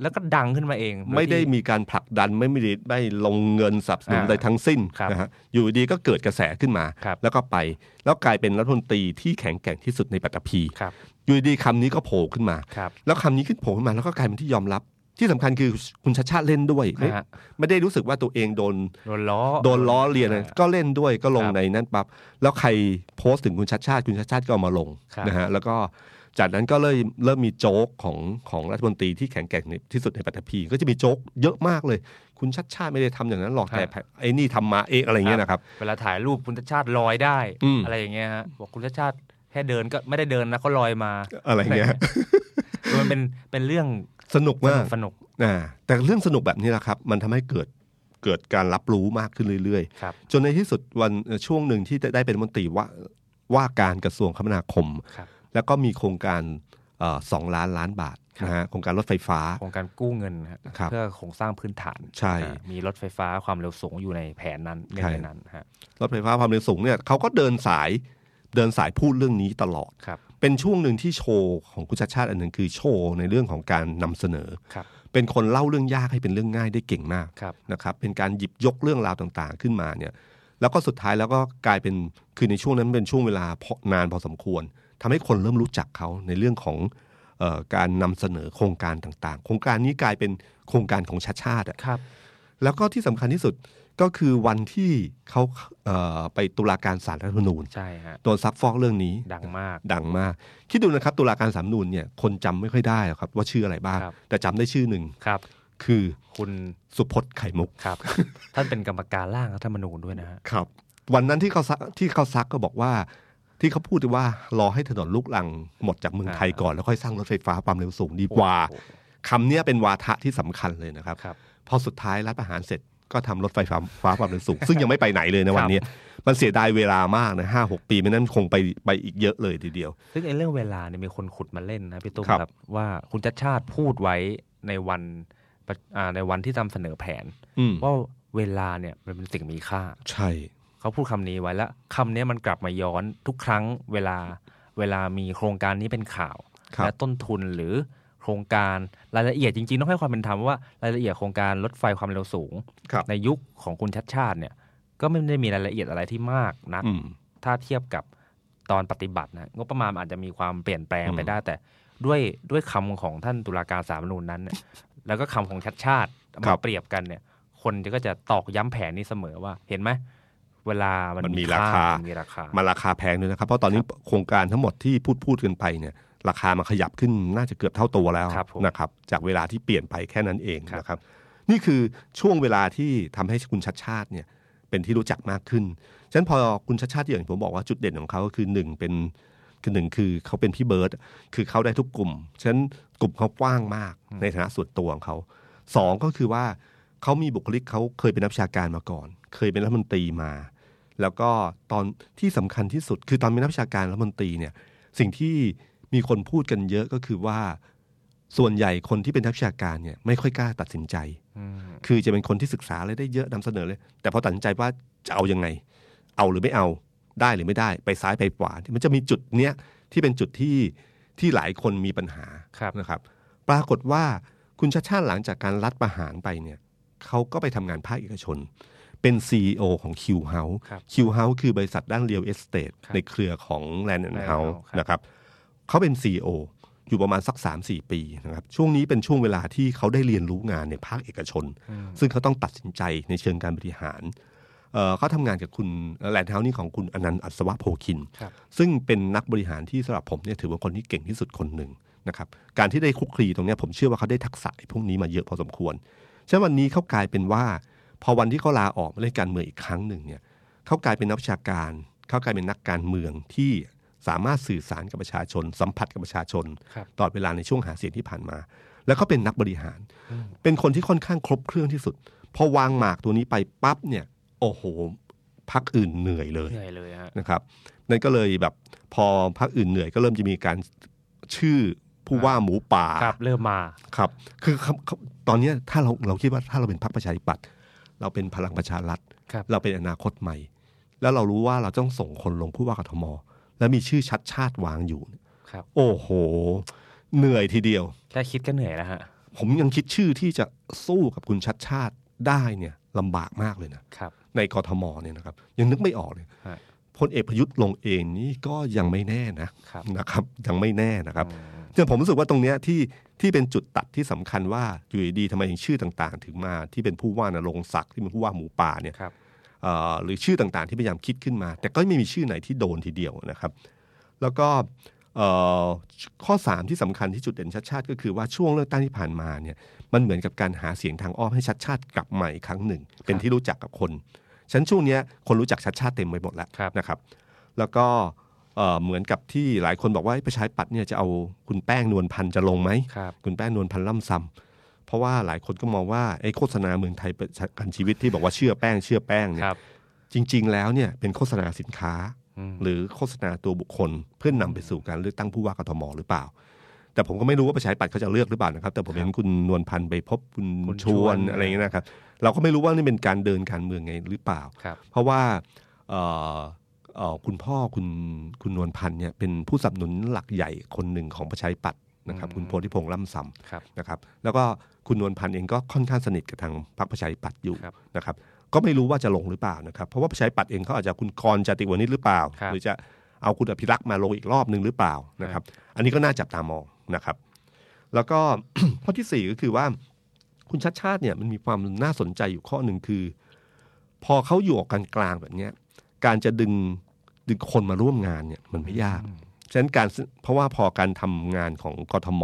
Speaker 3: แล้วก็ดังขึ้นมาเองโย
Speaker 2: ไม่ได้
Speaker 3: ที่
Speaker 2: มีการผลักดันไม่มีไม่ลงเงินสนับสนุน
Speaker 3: อ่า
Speaker 2: ใดทั้งสิ้น
Speaker 3: ครับ
Speaker 2: นะฮะอยู่ดีก็เกิดกระแสขึ้นมา
Speaker 3: ครับ
Speaker 2: แล้วก็ไปแล้วกลายเป็นรัฐมนตรีที่แข็งแกร่งที่สุดในปัตตภี
Speaker 3: ครับ
Speaker 2: อยู่ดีคำนี้ก็โผล่ขึ้นมา
Speaker 3: ครับ
Speaker 2: แล้วคำนี้ขึ้นโผล่ขึ้นมาแล้วก็กลายเป็นที่ยอมรับ ที่สำคัญคือคุณชาชาติเล่นด้วย ไม่
Speaker 3: ฮะ
Speaker 2: ไม่ได้รู้สึกว่าตัวเองโดน
Speaker 3: โดนล้อ
Speaker 2: โดนล้อเลียนนะก็เล่นด้วยก็ลง
Speaker 3: ครับ
Speaker 2: ในนั่นปั๊บแล้วใครโพสต์ถึงคุณชัดชาติคุณชัดชาติก็เอามาลง
Speaker 3: ครับ
Speaker 2: นะฮะแล้วก็จากนั้นก็เลยเริ่มมีโจ๊กของของรัฐมนตรีที่แข็งแกร่งในที่สุดในปัตตภีก็จะมีโจ๊กเยอะมากเลย คุณชัดชาติไม่ได้ทำอย่างนั้นหรอก
Speaker 3: ครับ
Speaker 2: แต่ไอ้นี่ทำมาเองอะไรอย่างเงี้ยนะครับ
Speaker 3: เวลาถ่ายรูปคุณชาติชาติลอยได้
Speaker 2: อืม
Speaker 3: อะไรอย่างเงี้ยฮะบอกคุณชาติชาติแค่เดินก็ไม่ได้เดินนะเขาลอยมา
Speaker 2: อะไรเงี้ย
Speaker 3: คือมันเป็นเป็นเรื่อง
Speaker 2: สนุก
Speaker 3: ส
Speaker 2: มา
Speaker 3: นุ
Speaker 2: ก
Speaker 3: กสนุก
Speaker 2: นะแต่เรื่องสนุกแบบนี้แหละครับ มันทำให้เกิดเกิดการรับรู้มากขึ้นเรื่อย ๆ
Speaker 3: ครับ
Speaker 2: จนในที่สุดวันเอ่อช่วงหนึ่งที่จะได้เป็นรัฐมนตรีว่าว่าการกระทรวงคมนาคม
Speaker 3: ครับ
Speaker 2: แล้วก็มีโครงการเอ่อสองล้านล้านบาทนะฮะโครงการรถไฟฟ้า
Speaker 3: โครงการกู้เงินฮะ
Speaker 2: ครับ
Speaker 3: เพื่อโครงสร้างพื้นฐาน
Speaker 2: ใช่
Speaker 3: อ่ามีรถไฟฟ้าความเร็วสูงอยู่ในแผนนั้นหนึ่งในนั้นฮะ
Speaker 2: รถไฟฟ้าความเร็วสูงเนี่ยเขาก็เดินสายเดินสายพูดเรื่องนี้ตลอด
Speaker 3: ครับ
Speaker 2: เป็นช่วงหนึ่งที่โชว์ของคุณชาติชาติอันหนึ่งคือโชว์ในเรื่องของการนำเสนอ
Speaker 3: ครับ
Speaker 2: เป็นคนเล่าเรื่องยากให้เป็นเรื่องง่ายได้เก่งมาก
Speaker 3: ครับ
Speaker 2: นะครับเป็นการหยิบยกเรื่องราวต่างๆ ขึ้นมาเนี่ยแล้วก็สุดท้ายแล้วก็กลายเป็นคือในช่วงนั้นเป็นช่วงเวลาพอนานพอสมควรทำให้คนเริ่มรู้จักเขาในเรื่องของเออการนำเสนอโครงการต่างๆ โครงการนี้กลายเป็นโครงการของชาติชาติอะ
Speaker 3: ครับ
Speaker 2: แล้วก็ที่สำคัญที่สุดก็คือวันที่เขาเอ่อไปตุลาการศาลรัฐธรรมนูญ
Speaker 3: ใช่ฮะ
Speaker 2: โดนซักฟอกเรื่องนี้
Speaker 3: ดังมาก
Speaker 2: ดังมาก คิดดูนะครับตุลาการศาลรัฐธรรมนูญเนี่ยคนจำไม่ค่อยได้หรอกครับว่าชื่ออะไรบ้าง
Speaker 3: ครับ
Speaker 2: แต่จำได้ชื่อหนึ่ง
Speaker 3: ครับ
Speaker 2: คือ
Speaker 3: คุณ
Speaker 2: สุพจน์ไข่มุก
Speaker 3: ครับ ท่านเป็นกรรมการร่างรัฐธรรมนูญด้วยนะฮะ
Speaker 2: ครับวันนั้นที่เขาซักที่เขาซักก็บอกว่าที่เขาพูดว่ารอให้ถนนลูกลังหมดจากเมืองไทยก่อนแล้วค่อยสร้างรถไฟฟ้าความเร็วสูงดีกว่า
Speaker 3: โอ้โห
Speaker 2: คำเนี้ยเป็นวาทะที่สำคัญเลยนะครับ
Speaker 3: ครับ
Speaker 2: พอสุดท้ายรัฐประหารเสร็จก็ทำรถไฟฟ้าฟ้าความเร็วสูง ซึ่งยังไม่ไปไหนเลยนะวันเนี้ยมันเสียดายเวลามากนะห้าหกปีไม่นั้นคงไปไปอีกเยอะเลยทีเดียว
Speaker 3: ซึ่งไอ้เรื่องเวลาเนี่ยมีคนขุดมาเล่นนะพี่ตุ้ม
Speaker 2: ครับ
Speaker 3: ครับ ว่าคุณชัดชาติพูดไว้ในวันประอ่าในวันที่ทำเสนอแผน
Speaker 2: อืม
Speaker 3: ว่าเวลาเนี่ยมันเป็นสิ่งมีค่า
Speaker 2: ใช่
Speaker 3: เขาพูดคำนี้ไว้แล้วคำเนี้ยมันกลับมาย้อนทุกครั้งเวลาเวลามีโครงการนี้เป็นข่าว
Speaker 2: ครับ
Speaker 3: และต้นทุนหรือโครงการรายละเอียดจริง ๆ ต้องให้ความเป็นธรรมว่ารายละเอียดโครงการรถไฟความเร็วสูง
Speaker 2: ครับ
Speaker 3: ในยุคของคุณชัดชาติเนี่ยก็ไม่ได้มีรายละเอียดอะไรที่มากนัก
Speaker 2: อืม
Speaker 3: ถ้าเทียบกับตอนปฏิบัตินะงบประมาณอาจจะมีความเปลี่ยนแปลง
Speaker 2: อืม
Speaker 3: ไปได้ แต่ด้วยด้วยคำของท่านตุลาการสาลรฐธรรมนูญนั้นเนี่ย แล้วก็คำของชัดชาติมาเปรียบกันเนี่ย คนก็จะตอกย้ำแผนนี้เสมอว่า เห็นไหมเวลามัน
Speaker 2: มันมีราคา
Speaker 3: นมีราคา
Speaker 2: มาราคาแพงด้วยนะครับ เพราะตอนนี้โครงการทั้งหมดที่พูดพูดกันไปเนี่ยราคามันขยับขึ้นน่าจะเกือบเท่าตัวแล้ว
Speaker 3: ครับผม
Speaker 2: นะครับจากเวลาที่เปลี่ยนไปแค่นั้นเอง
Speaker 3: ครับ
Speaker 2: นะครับ นี่คือช่วงเวลาที่ทำให้คุณชัดชาติเนี่ยเป็นที่รู้จักมากขึ้นฉะนั้นพอคุณชัดชาติอย่างที่ผมบอกว่าจุดเด่นของเขาก็คือหนึ่งเป็นคือหนึ่งคือเขาเป็นพี่เบิร์ดคือเขาได้ทุกกลุ่มฉะนั้นกลุ่มเขากว้างมากในฐานะส่วนตัวของเขาสองก็คือว่าเขามีบุคลิกเขาเคยเป็นนักวิชาการมาก่อน เคยเป็นรัฐมนตรีมา แล้วก็ตอนที่สำคัญที่สุด คือตอนเป็นนักวิชาการรัฐมนตรีเนี่ยสิ่งที่มีคนพูดกันเยอะก็คือว่า ส่วนใหญ่คนที่เป็นนักวิชาการเนี่ยไม่ค่อยกล้าตัดสินใจ คือจะเป็นคนที่ศึกษาอะไรได้เยอะนำเสนอเลย แต่พอตัดสินใจว่าจะเอายังไง เอาหรือไม่เอาได้หรือไม่ได้ ไปซ้ายไปขวามันจะมีจุดเนี้ยที่เป็นจุดที่ที่หลายคนมีปัญหา
Speaker 3: ครับ
Speaker 2: นะครับ ปรากฏว่าคุณชาติชาติหลังจากการรัฐประหารไปเนี่ยเขาก็ไปทำงานภาคเอกชน เป็น CEO ของ Q House
Speaker 3: ครับ
Speaker 2: Q House คือบริษัทด้าน real estate
Speaker 3: ครับ
Speaker 2: ในเครือของ Land and
Speaker 3: Land
Speaker 2: House
Speaker 3: House ครับ
Speaker 2: นะครับเขาเป็น CEO อยู่ประมาณสัก 3-4 ปีนะครับช่วงนี้เป็นช่วงเวลาที่เขาได้เรียนรู้งานในภาคเอกชน ซึ่งเขาต้องตัดสินใจในเชิงการบริหารเอ่อเขาทำงานกับคุณแลนด์เฮานี่ของคุณอนันต์อัศวะโพคิน
Speaker 3: ครับ
Speaker 2: ซึ่งเป็นนักบริหารที่สำหรับผมเนี่ยถือว่าคนที่เก่งที่สุดคนหนึ่งนะครับการที่ได้คลุกคลีตรงเนี้ยผมเชื่อว่าเขาได้ทักษะไอ้พวกนี้มาเยอะพอสมควรฉะนั้นวันนี้เขากลายเป็นว่า พอวันที่เขาลาออกมาเล่นการเมืองอีกครั้งหนึ่งเนี่ยเขากลายเป็นนักวิชาการเขากลายเป็นนักการเมืองที่สามารถสื่อสารกับประชาชน สัมผัสกับประชาชน
Speaker 3: ครับ
Speaker 2: ตลอดเวลาในช่วงหาเสียงที่ผ่านมา แล้วก็เป็นนักบริหาร เป็นคนที่ค่อนข้างครบเครื่องที่สุด พอวางหมากตัวนี้ไปปั๊บเนี่ยโอ้โหพักอื่นเหนื่อยเลย
Speaker 3: เหนื่อยเลยฮะ
Speaker 2: นะครับนั่นก็เลยแบบพอพักอื่นเหนื่อยก็เริ่มจะมีการชื่อผู้ว่าหมูป่า
Speaker 3: ครับเริ่มมา
Speaker 2: ครับคือคำคำตอนเนี้ยถ้าเราเราคิดว่าถ้าเราเป็นพรรคประชาธิปัตย์เราเป็นพลังประชารัฐ
Speaker 3: ครับ
Speaker 2: เราเป็นอนาคตใหม่ แล้วเรารู้ว่าเราต้องส่งคนลงผู้ว่ากทม และมีชื่อชัดชาติวางอยู่
Speaker 3: ครับ
Speaker 2: โอ้โห เหนื่อยทีเดียว
Speaker 3: แค่คิดก็เหนื่อยแล้วฮะ
Speaker 2: ผมยังคิดชื่อที่จะสู้กับคุณชัดชาติได้เนี่ยลำบากมากเลยนะ
Speaker 3: ครับ
Speaker 2: ในกทมเนี่ยนะครับ ยังนึกไม่ออกเลย
Speaker 3: ฮะ
Speaker 2: พลเอกประยุทธ์ลงเองนี่ก็ยังไม่แน่นะ
Speaker 3: ครับ
Speaker 2: นะครับยังไม่แน่นะครับ
Speaker 3: อืม
Speaker 2: แต่ผมรู้สึกว่าตรงเนี้ยที่ ที่เป็นจุดตัดที่สำคัญว่าอยู่ดีๆทำไมถึงชื่อต่างๆ ถึงมาที่เป็นผู้ว่านรงค์ศักดิ์ที่เป็นผู้ว่าหมูป่าเนี่ย
Speaker 3: ครับ
Speaker 2: เอ่อหรือชื่อต่างๆที่พยายามคิดขึ้นมา แต่ก็ไม่มีชื่อไหนที่โดนทีเดียวนะครับ แล้วก็เอ่อข้อ 3 ที่สำคัญที่จุดเด่นชัดชาติก็คือว่าช่วงเลือกตั้งที่ผ่านมาเนี่ยมันเหมือนกับการหาเสียงทางอ้อมให้ชัดชาติกลับมาอีกครั้งหนึ่ง เป็นที่รู้จักกับคนฉะนันช่วงเนี้ยคนรู้จักชัดชาติเต็มไปหมดแล้ว
Speaker 3: ครับ
Speaker 2: นะครับ แล้วก็เอ่อเหมือนกับที่หลายคนบอกว่าเอ้ยประชาธิปัตย์เนี่ยจะเอาคุณแป้งนวลพันธ์จะลงไหม
Speaker 3: ครับ
Speaker 2: คุณแป้งนวลพันธ์ล่ำซำเพราะว่าหลายคนก็มองว่าไอ้โฆษณาเมืองไทยประกันชีวิตที่บอกว่าเชื่อแป้งเชื่อแป้งเนี่
Speaker 3: ค
Speaker 2: ย
Speaker 3: รับ
Speaker 2: จริง ๆ แล้วเนี่ยเป็นโฆษณาสินค้า
Speaker 3: อืม
Speaker 2: หรือโฆษณาตัวบุคคล เพื่อนนำไปสู่การเลือกตั้งผู้ว่ากทมหรือเปล่า แต่ผมก็ไม่รู้ว่าประชาธิปัตย์เขาจะเลือกหรือเปล่านะครับแต่ผมเห็นคุณนวลพันธ์ไปพบคุณชวนอะไรอย่างเงี้ยนะครับ เราก็ไม่รู้ว่านี่เป็นการเดินการเมืองไงหรือเปล่า
Speaker 3: ครับ
Speaker 2: เพราะว่าเอ่อเอ่อคุณพ่อคุณคุณนวลพันธ์เนี่ยเป็นผู้สนับสนุนหลักใหญ่คนหนึ่งของประชาธิปัตย์นะครับ
Speaker 3: อืม
Speaker 2: คุณโพธิพงษ์ล่ำซำ
Speaker 3: ครับ
Speaker 2: นะครับแล้วก็คุณนวลพันธ์เองก็ค่อนข้างสนิทกับทางพรรคประชาธิปัตย์อยู่
Speaker 3: ครับ
Speaker 2: นะครับก็ไม่รู้ว่าจะลงหรือเปล่านะครับเพราะว่าประชาธิปัตย์เองเขาอาจจะคุณกรณ์จาติวณิชหรือเปล่า
Speaker 3: ครับ
Speaker 2: หรือจะเอาคุณอภิรักษ์มาลงอีกรอบหนึ่งหรือเปล่านะครับอันนี้ก็น่าจับตามองนะครับ แล้วก็ ข้อที่สี่ก็คือว่าคุณชัดชาติเนี่ยมันมีความน่าสนใจอยู่ข้อหนึ่งคือ พอเขาอยู่ออกกลางๆแบบเนี้ยการจะดึงดึงคนมาร่วมงานเนี่ยมันไม่ยาก ฉะนั้นการซึ่งเพราะว่าพอการทำงานของกทม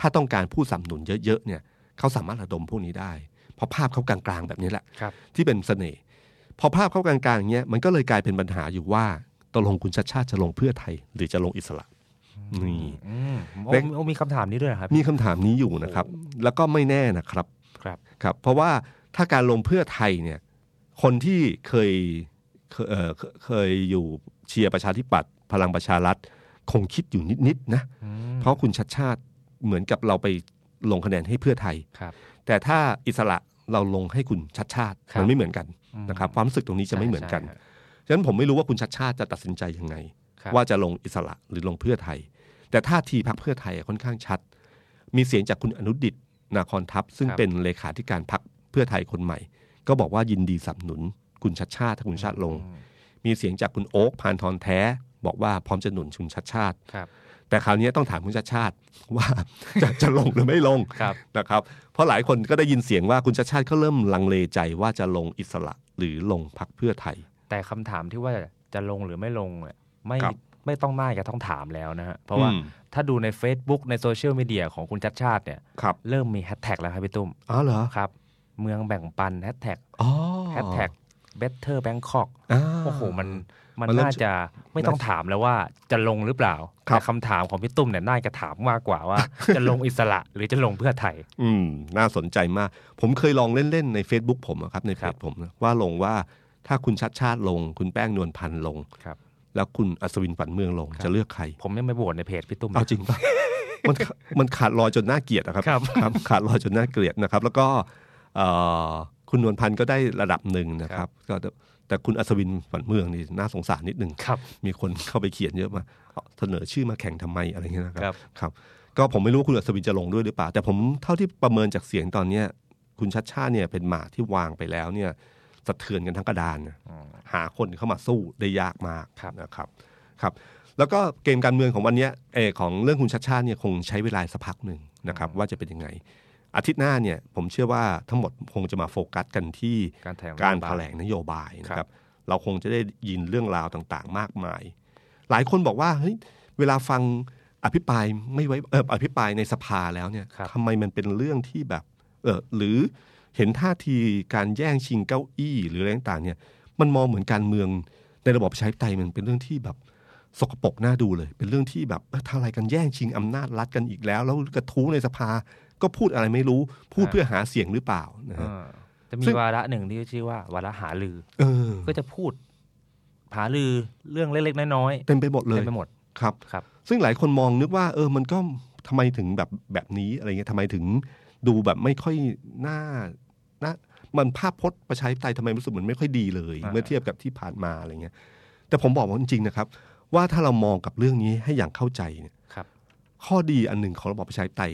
Speaker 2: ถ้าต้องการผู้สนับสนุนเยอะๆเนี่ยเขาสามารถระดมพวกนี้ได้ เพราะภาพเขากลางๆแบบนี้แหละ
Speaker 3: ครับ
Speaker 2: ที่เป็นเสน่ห์พอภาพเขากลางๆอย่างเงี้ยมันก็เลยกลายเป็นปัญหาอยู่ว่าตกลงคุณชัดชาติจะลงเพื่อไทย หรือจะลงอิสระนี่
Speaker 3: อืมโอ้
Speaker 2: เล็ก
Speaker 3: โอ้มีคำถามนี้ด้วยเหรอครับ
Speaker 2: มีคำถามนี้อยู่นะครับ แล้วก็ไม่แน่นะครับ
Speaker 3: ครับ
Speaker 2: ครับเพราะว่าถ้าการลงเพื่อไทยเนี่ยคนที่เคยเคยเอ่อเคเคยอยู่เชียร์ประชาธิปัตย์พลังประชารัฐคงคิดอยู่นิดๆนะ
Speaker 3: อืม
Speaker 2: เพราะคุณชัดชาติเหมือนกับเราไปลงคะแนนให้เพื่อไทย
Speaker 3: ครับ
Speaker 2: แต่ถ้าอิสระเราลงให้คุณชัดชาติ
Speaker 3: ครับ
Speaker 2: มันไม่เหมือนกัน
Speaker 3: อืม
Speaker 2: นะครับความรู้สึกตรงนี้จะไม่เหมือนกัน
Speaker 3: ใช่ใช่
Speaker 2: ฉะนั้นผมไม่รู้ว่าคุณชัดชาติจะตัดสินใจยังไง
Speaker 3: ครับ
Speaker 2: ว่าจะลงอิสระหรือลงเพื่อไทย แต่ท่าทีพรรคเพื่อไทยอะค่อนข้างชัด มีเสียงจากคุณอนุดิตนาคอนทัพ ซึ่ง
Speaker 3: ครับ
Speaker 2: เป็นเลขาธิการพรรคเพื่อไทยคนใหม่ ก็บอกว่ายินดีสนับสนุน คุณชัดชาติถ้าคุณชาติลง มีเสียงจากคุณโอ๊คพานทรแท้ บอกว่าพร้อมจะหนุนคุณชัดชาติ
Speaker 3: ครับ
Speaker 2: แต่คราวนี้ต้องถามคุณชัดชาติ ว่า จะจะลงหรือไม่ลง
Speaker 3: ครับ
Speaker 2: นะครับ เพราะหลายคนก็ได้ยินเสียงว่าคุณชัดชาติก็เริ่มลังเลใจว่าจะลงอิสระหรือลงพรรคเพื่อไทย
Speaker 3: แต่คำถามที่ว่าจะลงหรือไม่ลงเนี่ยไม่
Speaker 2: ครับ
Speaker 3: ไม่ต้องไม่ก็ต้องถามแล้วนะฮะเพราะว่า
Speaker 2: อืม
Speaker 3: ถ้าดูใน Facebook ในโซเชียลมีเดียของคุณชัดชาติเนี่ย
Speaker 2: ครับ
Speaker 3: เริ่มมีแฮชแท็กแล้วครับพี่ตุ้ม
Speaker 2: อ๋อเหรอ
Speaker 3: ครับ เมืองแบ่งปันแฮชแท็ก
Speaker 2: อ๋อ
Speaker 3: แฮชแท็ก better Bangkok
Speaker 2: า
Speaker 3: โอ้โหมันมัน
Speaker 2: มันเริ่ม
Speaker 3: น่าจะไม่ต้องถามแล้วว่าจะลงหรือเปล่า
Speaker 2: ครับ
Speaker 3: แต่คำถามของพี่ตุ้มเนี่ยน่าจะถามมากกว่าว่า จะลงอิสระหรือจะลงเพื่อไทย
Speaker 2: อืมน่าสนใจมาก ผมเคยลองเล่น ๆ ใน Facebook ผมอะครับ ในเพ
Speaker 3: ครั
Speaker 2: จ
Speaker 3: บ
Speaker 2: ผมนะว่าลงว่าถ้าคุณชัดชาติลง คุณแป้งนวลพันธ์ลง
Speaker 3: ครับ
Speaker 2: แล้วคุณอัศวินฝันเมืองลง
Speaker 3: ครับ
Speaker 2: จะเลือกใคร
Speaker 3: ผมยังไม่โหวตในเพจพี่ตุ้ม
Speaker 2: เอาจริงปะ มันขมันขาดลอยจนน่าเกลียดนะครับ
Speaker 3: ครับ
Speaker 2: ครับขาดลอยจนน่าเกลียดนะครับ แล้วก็เอ่อคุณนวลพันธ์ก็ได้ระดับหนึ่งนะครับก็แต่แต่คุณอัศวินฝันเมืองนี่น่าสงสารนิดหนึ่ง
Speaker 3: ครับ
Speaker 2: มีคนเข้าไปเขียนเยอะมาเอาเสนอชื่อมาแข่งทำไมอะไรเงี้ยนะค
Speaker 3: ครั
Speaker 2: รับ ครับ ก็ผมไม่รู้ว่าคุณอัศวินจะลงด้วยหรือเปล่า แต่ผมเท่าที่ประเมินจากเสียงตอนเนี้ยคุณชัดชาติเนี่ยเป็นหมากที่วางไปแล้วเนี่ยสะเทือนกันทั้งกระดานนะ
Speaker 3: อืม
Speaker 2: หาคนเข้ามาสู้ได้ยากมาก
Speaker 3: ครับ
Speaker 2: นะครับครับ แล้วก็เกมการเมืองของวันเนี้ยเออของเรื่องคุณชัดชาติเนี่ยคงใช้เวลาสักพักหนึ่งนะครับว่าจะเป็นยังไง อาทิตย์หน้าเนี่ยผมเชื่อว่าทั้งหมดคงจะมาโฟกัสกันที่
Speaker 3: การแถลง
Speaker 2: การแถลงนโยบายนะค
Speaker 3: ครั
Speaker 2: รับ
Speaker 3: บ
Speaker 2: เราคงจะได้ยินเรื่องราวต่างๆ มากมาย หลายคนบอกว่าเฮ้ยเวลาฟังอภิปรายไม่ไว้เอออภิปรายในสภาแล้วเนี่ยทำไมมันเป็นเรื่องที่แบบเออหรือเห็นท่าทีการแย่งชิงเก้าอี้ หรืออะไรต่างๆเนี่ย มันมองเหมือนการเมืองในระบอบประชาธิปไตยมันเป็นเรื่องที่แบบสกปรกน่าดูเลย เป็นเรื่องที่แบบเอ้อทำอะไรกันแย่งชิงอำนาจรัฐกันอีกแล้ว แล้วกระทู้ในสภาก็พูดอะไรไม่รู้ พูดเพื่อหาเสียงหรือเปล่านะ
Speaker 3: เอ
Speaker 2: ฮะ
Speaker 3: อจะมี
Speaker 2: ซึ่ง
Speaker 3: วาระหนึ่งที่ชื่อว่า วาระหาลือ
Speaker 2: เออ
Speaker 3: ก็จะพูดหาลือเรื่องเล็กๆน้อยๆ
Speaker 2: เต็มไปหมดเลย
Speaker 3: เต็มไปหมด
Speaker 2: ครับ
Speaker 3: ครับ
Speaker 2: ซึ่งหลายคนมองนึกว่า เออ มันก็ทำไมถึงแบบแบบนี้อะไรเงี้ยทำไมถึงดูแบบไม่ค่อยน่าน่ามันภาพพจน์ประชาธิปไตยทำไมรู้สึกเหมือนไม่ค่อยดีเลย
Speaker 3: อ่า
Speaker 2: เมื่อเทียบกับที่ผ่านมาอะไรเงี้ย แต่ผมบอกว่าจริงๆนะครับ ว่าถ้าเรามองกับเรื่องนี้ให้อย่างเข้าใจเนี่ย
Speaker 3: ครับ
Speaker 2: ข้อดีอันหนึ่งของระบอบประชาธิปไตย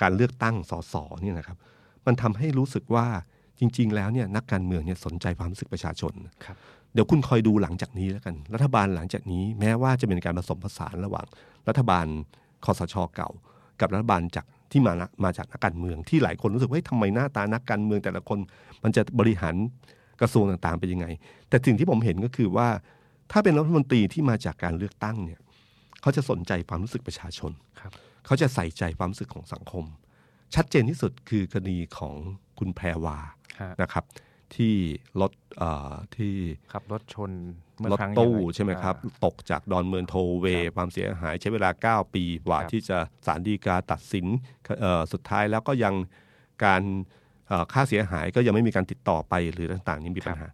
Speaker 2: การเลือกตั้งสสเนี่ยนะครับ มันทำให้รู้สึกว่าจริง ๆ แล้วเนี่ยนักการเมืองเนี่ยสนใจความรู้สึกประชาชน
Speaker 3: ครับ
Speaker 2: เดี๋ยวคุณคอยดูหลังจากนี้แล้วกัน รัฐบาลหลังจากนี้แม้ว่าจะเป็นการผสมผสานระหว่าง รัฐบาลคอสชเก่า กับรัฐบาลจาก ที่มาละมาจากนักการเมืองที่หลายคนรู้สึกว่าเฮ้ยทำไมหน้าตานักการเมืองแต่ละคนมันจะบริหารกระทรวงต่างๆเป็นยังไง แต่สิ่งที่ผมเห็นก็คือว่า ถ้าเป็นรัฐมนตรีที่มาจากการเลือกตั้งเนี่ยเขาจะสนใจความรู้สึกประชาชน
Speaker 3: ครับ
Speaker 2: เขาจะใส่ใจความรู้สึกของสังคม ชัดเจนที่สุดคือคดีของคุณแพรวา
Speaker 3: ฮะ
Speaker 2: นะครับ ที่รถเอ่อที่
Speaker 3: ขับรถชนเมื่อ
Speaker 2: รถ
Speaker 3: ครั้ง
Speaker 2: ตู้
Speaker 3: ยังง
Speaker 2: ใช่ไหมครับ
Speaker 3: อ่า
Speaker 2: ตกจากดอนเมืองโทเวย์ความเสียหายใช้เวลา 9 ปีกว่า
Speaker 3: ครับ
Speaker 2: ที่จะสารดีกาตัดสินเอ่อสุดท้ายแล้วก็ยังการเอ่อค่าเสียหายก็ยังไม่มีการติดต่อไปหรือต่างๆ นี้มีปัญหา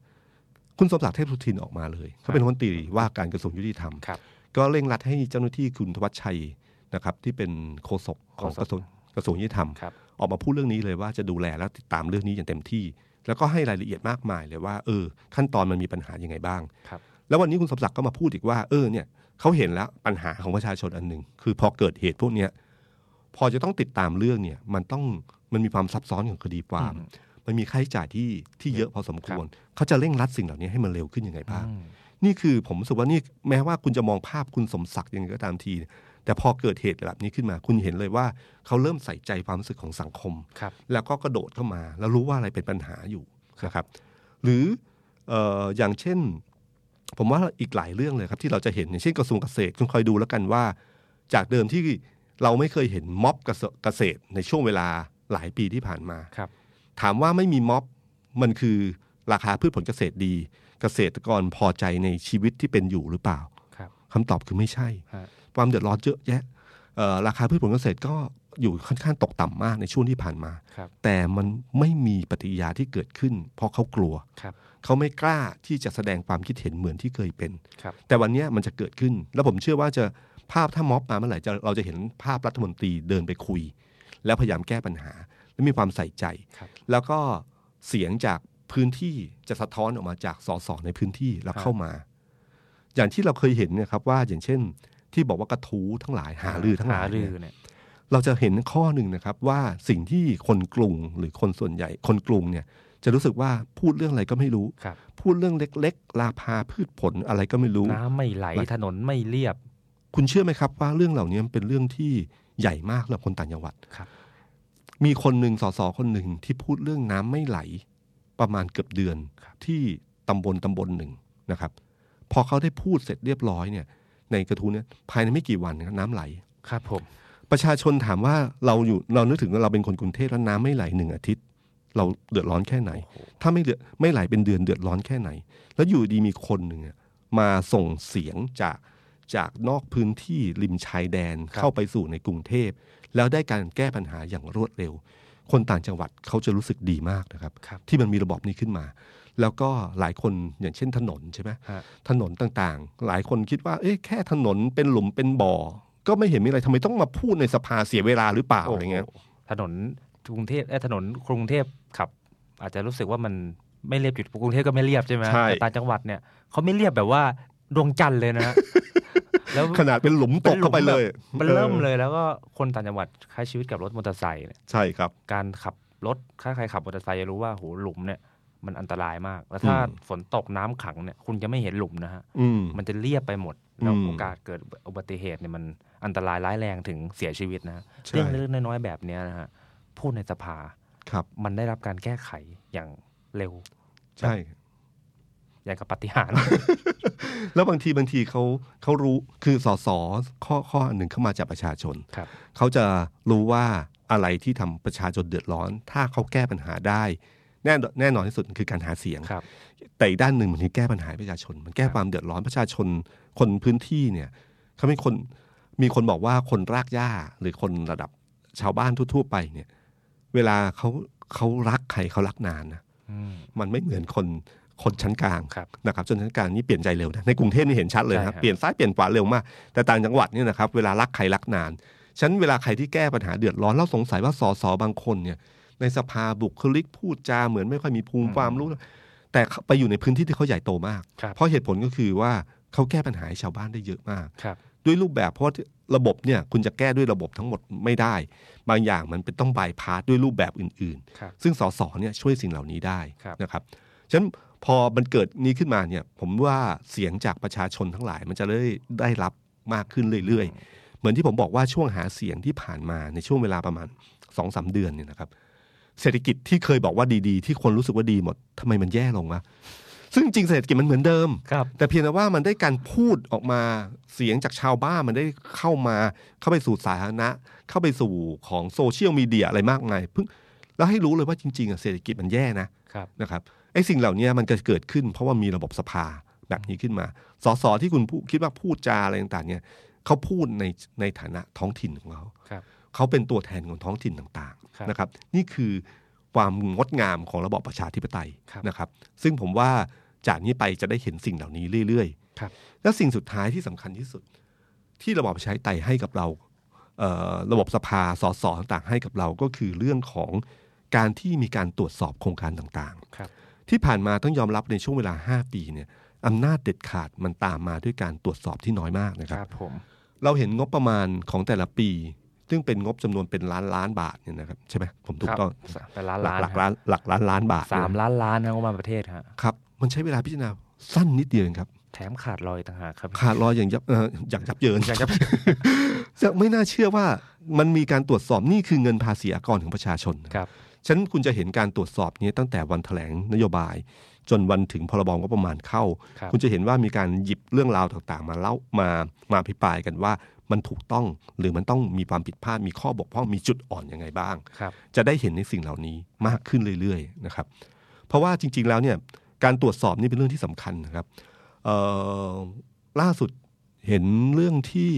Speaker 2: คุณสมศักดิ์เทพสุทินออกมาเลย เขาเป็นรัฐมนตรีว่าการกระทรวงยุติธรรม
Speaker 3: ครับ
Speaker 2: ก็เร่งรัดให้เจ้าหน้าที่คุณธวัชชัยนะครับที่เป็นโฆษกของ
Speaker 3: โฆ
Speaker 2: กระ
Speaker 3: ษก
Speaker 2: ทรวงกระทรวงยุติธรรม
Speaker 3: ครับ
Speaker 2: ออกมาพูดเรื่องนี้เลยว่าจะดูแลและติดตามเรื่องนี้อย่างเต็มที่ แล้วก็ให้รายละเอียดมากมายเลยว่าเออ ขั้นตอนมันมีปัญหายังไงบ้าง
Speaker 3: ครับ
Speaker 2: แล้ววันนี้คุณสมศักดิ์ก็มาพูดอีกว่าเออเนี่ยเขาเห็นแล้วปัญหาของประชาชนอันหนึ่งคือพอเกิดเหตุพวกเนี้ยพอจะต้องติดตามเรื่องเนี่ยมันต้องมันมีความซับซ้อนของคดีความ มันมีค่าใช้จ่ายที่ที่เยอะพอสมควร เขาจะเร่งรัดสิ่งเหล่านี้ให้มันเร็วขึ้นยังไงบ้าง
Speaker 3: อืม
Speaker 2: นี่คือผมรู้สึกว่านี่แม้ว่าคุณจะมองภาพคุณสมศักดิ์ยังไงก็ตามที แต่พอเกิดเหตุแบบนี้ขึ้นมาคุณเห็นเลยว่าเขาเริ่มใส่ใจความรู้สึกของสังคม
Speaker 3: ครับ
Speaker 2: แล้วก็กระโดดเข้ามา แล้วรู้ว่าอะไรเป็นปัญหาอยู่นะครับ หรือเอออย่างเช่น ผมว่าอีกหลายเรื่องเลยครับที่เราจะเห็นอย่างเช่นกระทรวงเกษตรคุณคอยดูแล้วกันว่า จากเดิมที่เราไม่เคยเห็นม็อบเกษตรในช่วงเวลาหลายปีที่ผ่านมา
Speaker 3: ครับ
Speaker 2: ถามว่าไม่มีม็อบมันคือราคาพืชผลเกษตรดี เกษตรกรพอใจในชีวิตที่เป็นอยู่หรือเปล่า
Speaker 3: ครับ
Speaker 2: คำตอบคือไม่ใช่
Speaker 3: ฮะ
Speaker 2: ความเดือดร้อนเยอะแยะเอ่อราคาพืชผลเกษตรก็อยู่ค่อนข้างตกต่ำมากในช่วงที่ผ่านมา
Speaker 3: ครับ
Speaker 2: แต่มันไม่มีปฏิกิริยาที่เกิดขึ้น เพราะเขากลัว
Speaker 3: ครับ
Speaker 2: เขาไม่กล้าที่จะแสดงความคิดเห็นเหมือนที่เคยเป็น
Speaker 3: ครับ
Speaker 2: แต่วันเนี้ยมันจะเกิดขึ้น แล้วผมเชื่อว่าจะภาพถ้าม็อบมาเมื่อไหร่จะเราจะเห็นภาพรัฐมนตรีเดินไปคุย แล้วพยายามแก้ปัญหา และมีความใส่ใจ
Speaker 3: ครับ
Speaker 2: แล้วก็เสียงจากพื้นที่จะสะท้อนออกมาจากสสในพื้นที่แล้ว
Speaker 3: ครับ
Speaker 2: เข้ามา อย่างที่เราเคยเห็นเนยครับว่าอย่างเช่น ที่บอกว่ากระทู้ทั้งหลายหารือทั้งหลาย
Speaker 3: หารื
Speaker 2: เนี่
Speaker 3: อย เนี่ย
Speaker 2: เราจะเห็นข้อหนึ่งนะครับว่าสิ่งที่คนกรุงหรือคนส่วนใหญ่ คนกรุงเนี่ยจะรู้สึกว่าพูดเรื่องอะไรก็ไม่รู้
Speaker 3: ครับ
Speaker 2: พูดเรื่องเล็กๆ ราคาพืชผลอะไรก็ไม่รู้
Speaker 3: น้ำไม่ไหลถนนไม่เรียบ
Speaker 2: คุณเชื่อไหมครับว่าเรื่องเหล่านี้มันเป็นเรื่องที่ใหญ่มากสำหรับคนต่างจังหวัด
Speaker 3: ครับ
Speaker 2: มีคนหนึ่งสสคนหนึ่งที่พูดเรื่องน้ำไม่ไหล ประมาณเกือบเดือน
Speaker 3: ครับ
Speaker 2: ที่ตำบลตำบลหนึ่งนะครับ พอเขาได้พูดเสร็จเรียบร้อยเนี่ยในกระทู้เนี่ยภายในไม่กี่วันนะครับน้ำไหล
Speaker 3: ครับผม
Speaker 2: ประชาชนถามว่าเราอยู่เรานึกถึงว่าเราเป็นคนกรุงเทพแล้วน้ำไม่ไหลหนึ่งอาทิตย์ เราเดือดร้อนแค่ไหน ถ้าไม่เดือดไม่ไหลเป็นเดือนเดือดร้อนแค่ไหน แล้วอยู่ดีมีคนหนึ่งอะมาส่งเสียงจากจากนอกพื้นที่ริมชายแดนเข้าไปสู่ในกรุงเทพ แล้วได้การแก้ปัญหาอย่างรวดเร็ว คนต่างจังหวัดเขาจะรู้สึกดีมากนะครับ
Speaker 3: ครับ
Speaker 2: ที่มันมีระบบนี้ขึ้นมา แล้วก็หลายคนอย่างเช่นถนนใช่ไหม
Speaker 3: ฮะ
Speaker 2: ถนนต่างๆ หลายคนคิดว่าเอ๊ะแค่ถนนเป็นหลุมเป็นบ่อ ก็ไม่เห็นมีอะไรทำไมต้องมาพูดในสภาเสียเวลาหรือเปล่าอะไรเงี้ย
Speaker 3: โโหถนนกรุงเทพเอ้ยถนนกรุงเทพขับ อาจจะรู้สึกว่ามันไม่เรียบอยู่กรุงเทพก็ไม่เรียบใช่ไหม
Speaker 2: ใช่
Speaker 3: แต่ต่างจังหวัดเนี่ยเขาไม่เรียบแบบว่าดวงจันทร์เลยนะ แล้ว
Speaker 2: ขนาดเป็นหลุมตกเข้าไปเลย
Speaker 3: มันเริ่ม
Speaker 2: ออ
Speaker 3: เลยแล้วก็คนต่างจังหวัดใช้ชีวิตกับรถมอเตอร์ไซค์เนี่ย
Speaker 2: ใช่ครับ
Speaker 3: การขับรถถ้าใครขับมอเตอร์ไซค์จะรู้ว่าโหหลุมเนี่ยมันอันตรายมาก แล้วถ้า
Speaker 2: อืม
Speaker 3: ฝนตกน้ำขังเนี่ยคุณจะไม่เห็นหลุมนะฮะ
Speaker 2: อืม
Speaker 3: มันจะเรียบไปหมด แล้ว
Speaker 2: อืม
Speaker 3: โอกาสเกิดอุบัติเหตุเนี่ยมันอันตรายร้ายแรงถึงเสียชีวิตนะฮะ
Speaker 2: ใช่
Speaker 3: เรื่องเล็กๆน้อยๆแบบเนี้ยนะฮะพูดในสภา
Speaker 2: ครับ
Speaker 3: มันได้รับการแก้ไขอย่างเร็ว
Speaker 2: ใช่
Speaker 3: อย่างกับปาฏิหารย์
Speaker 2: แล้วบางทีบางทีเขาเขารู้คือสสข้อข้อหนึ่งเข้ามาจากประชาชน
Speaker 3: ครับ
Speaker 2: เขาจะรู้ว่าอะไรที่ทำประชาชนเดือดร้อน ถ้าเขาแก้ปัญหาได้ แน่นอนแน่นอนที่สุดคือการหาเสียง
Speaker 3: ครับ
Speaker 2: แต่อีกด้านหนึ่งมันคือแก้ปัญหาให้ประชาชน มันแก้ความเดือดร้อนประชาชนคนพื้นที่เนี่ยเขาเป็นคนมีคนบอกว่าคนรากหญ้าหรือคนระดับชาวบ้านทั่ว ๆ ไปเนี่ยเวลาเขาเขารักใครเขารักนานนะ
Speaker 3: อืม
Speaker 2: มันไม่เหมือนคนคนชั้นกลาง
Speaker 3: ครับ
Speaker 2: นะครับจนชั้นกลางนี่เปลี่ยนใจเร็วนะในกรุงเทพนี่เห็นชัดเลย
Speaker 3: ใช่ครั
Speaker 2: นะ
Speaker 3: บ
Speaker 2: เปลี่ยนซ้ายเปลี่ยนขวาเร็วมาก แต่ต่างจังหวัดเนี่ยนะครับเวลารักใครรักนานฉะนันเวลาใครที่แก้ปัญหาเดือดร้อนแล้วสงสัยว่าสสบางคนเนี่ยในสภาบุคลิกพูดจาเหมือนไม่ค่อยมีภูมิความรู้ แต่ไปอยู่ในพื้นที่ที่เขาใหญ่โตมาก
Speaker 3: ครับ
Speaker 2: เพราะเหตุผลก็คือว่าเขาแก้ปัญหาให้ชาวบ้านได้เยอะมาก
Speaker 3: ครับ
Speaker 2: ด้วยรูปแบบเพราะว่าระบบเนี่ยคุณจะแก้ด้วยระบบทั้งหมดไม่ได้ บางอย่างมันเป็นต้องบายพาสด้วยรูปแบบอื่น
Speaker 3: ครับ
Speaker 2: ๆ ซึ่งสสเนี่ยช่วยสิ่งเหล่านี้ได้
Speaker 3: ครับ
Speaker 2: นะครับฉะนั้นพอมันเกิดนี้ขึ้นมาเนี่ยผมว่าเสียงจากประชาชนทั้งหลายมันจะได้ได้รับมากขึ้นเรื่อยๆ เหมือนที่ผมบอกว่าช่วงหาเสียงที่ผ่านมาในช่วงเวลาประมาณสองสาเดือนเนี่ยนะครับ เศรษฐกิจที่เคยบอกว่าดีๆ ที่คนรู้สึกว่าดีหมดทำไมมันแย่ลงวะซึ่งจริงๆเศรษฐกิจมันเหมือนเดิม
Speaker 3: ครับ
Speaker 2: แต่เพียงแต่ว่ามันได้การพูดออกมาเสียงจากชาวบ้านมันได้เข้ามาเข้าไปสู่สาธารณะ เข้าไปสู่ของโซเชียลมีเดียอะไรมากมายเพิ่งแล้วให้รู้เลยว่าจริงๆอะเศรษฐกิจมันแย่นะ
Speaker 3: ครับ
Speaker 2: นะครับไอ้สิ่งเหล่านี้มันจะเกิดขึ้นเพราะว่ามีระบบสภาแบบนี้ขึ้นมา สสที่คุณพูคิดว่าพูดจาอะไรต่างๆเนี่ยเขาพูดในในฐานะท้องถิ่นของเขา
Speaker 3: ครับ
Speaker 2: เขาเป็นตัวแทนของท้องถิ่นต่าง
Speaker 3: ครับ
Speaker 2: ๆนะครับ นี่คือความงดงามของระบอบประชาธิปไตย
Speaker 3: ครับ
Speaker 2: นะครับ ซึ่งผมว่าจากนี้ไปจะได้เห็นสิ่งเหล่านี้เรื่อย
Speaker 3: ครับ
Speaker 2: ๆ และสิ่งสุดท้ายที่สำคัญที่สุด ที่ระบอบประชาธิปไตยให้กับเราเอ่อระบบสภาสสต่างๆ ให้กับเราก็คือเรื่องของการที่มีการตรวจสอบโครงการต่างๆ
Speaker 3: ครับ
Speaker 2: ที่ผ่านมาต้องยอมรับในช่วงเวลา 5 ปีเนี่ยอำนาจเด็ดขาดมันตามมาด้วยการตรวจสอบที่น้อยมากนะค
Speaker 3: ครับ รับผม
Speaker 2: เราเห็นงบประมาณของแต่ละปี ซึ่งเป็นงบจำนวนเป็นล้านล้านบาทเนี่ยนะครับใช่ไหมผมถู
Speaker 3: ค
Speaker 2: ก
Speaker 3: รับ
Speaker 2: ต้อง
Speaker 3: เป็นล้าน
Speaker 2: หลัหลั
Speaker 3: ล้าก น
Speaker 2: กล้านหลักล้านล้านบาท
Speaker 3: สามล้านล้านนะงบประมาณประเทศฮะ
Speaker 2: ครับ มันใช้เวลาพิจารณาสั้นนิดเดียวเองครับ
Speaker 3: แถมขาดลอยต่างหากครับ
Speaker 2: ขาดลอยอย่างยับเอ่ออย่างยับเยิน
Speaker 3: อย่างยับเยิ
Speaker 2: จะไม่น่าเชื่อว่ามันมีการตรวจสอบนี่คือเงินภาษีอากรของประชาชนนะ
Speaker 3: ครับ
Speaker 2: ฉะนันคุณจะเห็นการตรวจสอบนี้ตั้งแต่วันแถลงนโยบาย จนวันถึงพรบงบประมาณเข้า
Speaker 3: ครับ
Speaker 2: คุณจะเห็นว่ามีการหยิบเรื่องราวต่างๆ มาเล่ามามาอภิปรายกันว่ามันถูกต้องหรือมันต้องมีความผิดพลาดมีข้อบกพร่องมีจุดอ่อนยังไงบ้าง
Speaker 3: ครับ
Speaker 2: จะได้เห็นในสิ่งเหล่านี้มากขึ้นเรื่อยๆนะครับ เพราะว่าจริง ๆ แล้วเนี่ยการตรวจสอบนี่เป็นเรื่องที่สำคัญนะครับเอ่อล่าสุดเห็นเรื่องที่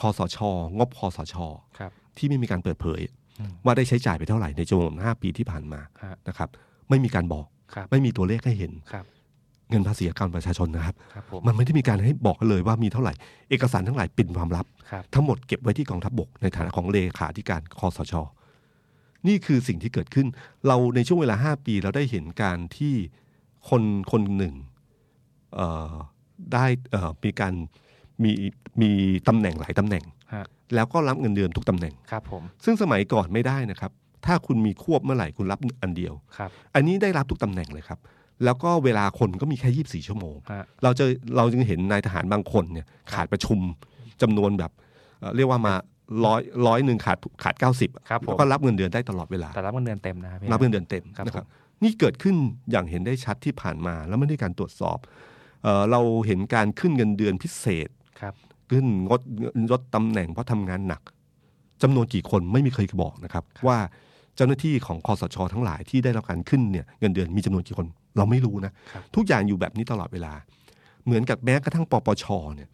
Speaker 2: คอสช งบคอสช
Speaker 3: ครับ
Speaker 2: ที่ไม่มีการเปิดเผย
Speaker 3: อืม
Speaker 2: ว่าได้ใช้จ่ายไปเท่าไหร่ในจำนวน5ปีที่ผ่านมา
Speaker 3: ฮะ
Speaker 2: นะครับ ไม่มีการบอก
Speaker 3: ครับ
Speaker 2: ไม่มีตัวเลขให้เห็น
Speaker 3: ครับ
Speaker 2: เงินภาษีการประชาชนนะครับ
Speaker 3: ครับผม
Speaker 2: มันไม่ได้มีการให้บอกเลยว่ามีเท่าไหร่ เอกสารทั้งหลายเป็นความลับ
Speaker 3: ครับ
Speaker 2: ทั้งหมดเก็บไว้ที่กองทัพบกในฐานะของเลขาธิการคอสช นี่คือสิ่งที่เกิดขึ้น เราในช่วงเวลา 5 ปีเราได้เห็นการที่คนคนหนึ่งเอ่อได้เอ่อมีการมีมีตำแหน่งหลายตำแหน่ง
Speaker 3: ฮะ
Speaker 2: แล้วก็รับเงินเดือนทุกตำแหน่ง
Speaker 3: ครับผม
Speaker 2: ซึ่งสมัยก่อนไม่ได้นะครับ ถ้าคุณมีควบเมื่อไหร่คุณรับอันเดียว
Speaker 3: ครับ
Speaker 2: อันนี้ได้รับทุกตำแหน่งเลยครับ แล้วก็เวลาคนก็มีแค่ 24 ชั่วโมง
Speaker 3: ฮะ
Speaker 2: เราจะเราจึงเห็นนายทหารบางคนเนี่ยขาดประชุมจำนวนแบบเอ่อเรียกว่ามาร้อยร้อยหนึ่งขาดขาดเก้าสิบ
Speaker 3: ครับผม
Speaker 2: แล้วก็รับเงินเดือนได้ตลอดเวลา
Speaker 3: แต่รับเงินเดือนเต็มนะครับพี่
Speaker 2: รับเงินเดือนเต็ม
Speaker 3: ครับ
Speaker 2: นะครับนี่เกิดขึ้นอย่างเห็นได้ชัดที่ผ่านมาแล้วไม่ได้การตรวจสอบเอ่อเราเห็นการขึ้นเงินเดือนพิเศษ
Speaker 3: ครับ
Speaker 2: ขึ้นงดลดตำแหน่งเพราะทำงานหนักจำนวนกี่คนไม่มีเคยบอกนะครับ ว่าเจ้าหน้าที่ของคอสช ทั้งหลายที่ได้รับการขึ้นเนี่ยเงินเดือนมีจำนวนกี่คนเราไม่รู้นะทุกอย่างอยู่แบบนี้ตลอดเวลา เหมือนกับแม้กระทั่งปปชเนี่ย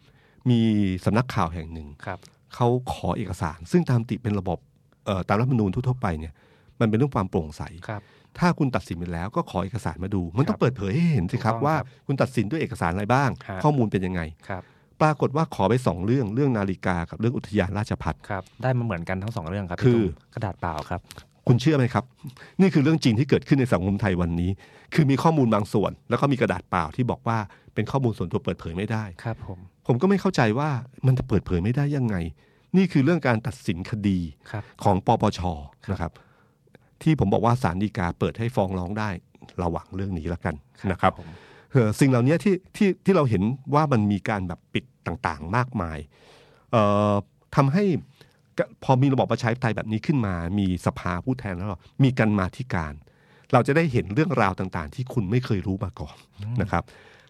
Speaker 2: มีสำนักข่าวแห่งหนึ่ง
Speaker 3: ครับ
Speaker 2: เขาขอเอกสาร ซึ่งตามติเป็นระบบเอ่อตามรัฐธรรมนูญทั่วๆไปเนี่ยมันเป็นเรื่องความโปร่งใส
Speaker 3: ครับ
Speaker 2: ถ้าคุณตัดสินไปแล้วก็ขอเอกสารมาดู มันต้อ
Speaker 3: ครั
Speaker 2: ง
Speaker 3: บ
Speaker 2: เปิดเผยให้เห็นสิครับ
Speaker 3: ถูกต้อง
Speaker 2: ว่า
Speaker 3: ครับ
Speaker 2: คุณตัดสินด้วยเอกสารอะไรบ้าง
Speaker 3: ฮะ
Speaker 2: ข้อมูลเป็นยังไง
Speaker 3: ครับ
Speaker 2: ปรากฏว่าขอไปสองเรื่องเรื่องนาฬิกากับเรื่องอุทยานราชพัฒ
Speaker 3: ครับ ได้มาเหมือนกันทั้งสองเรื่องครับ
Speaker 2: คือ
Speaker 3: พี่ตุ้มกระดาษเปล่าครับ
Speaker 2: คุณเชื่อไหมครับ นี่คือเรื่องจริงที่เกิดขึ้นในสังคมไทยวันนี้ คือมีข้อมูลบางส่วน แล้วก็มีกระดาษเปล่าที่บอกว่าเป็นข้อมูลส่วนตัวเปิดเผยไม่ได้
Speaker 3: ครับผม
Speaker 2: ผมก็ไม่เข้าใจว่ามันจะเปิดเผยไม่ได้ยังไง นี่คือเรื่องการตัดสินคดี
Speaker 3: ครับ
Speaker 2: ของปปชนะครับ ที่ผมบอกว่าสารดีกาเปิดให้ฟ้องร้องได้ระหวังเรื่องนี้แล้วกันนะครับ
Speaker 3: ผม
Speaker 2: เอ่อสิ่งเหล่านี้ที่ที่ที่เราเห็นว่ามันมีการแบบปิดต่างๆ มากมายเอ่อทำให้กพอมีระบอบประชาธิปไตยแบบนี้ขึ้นมา มีสภาผู้แทนแล้วเรามีการมาธิการ เราจะได้เห็นเรื่องราวต่างๆ ที่คุณไม่เคยรู้มาก่อนนะครับ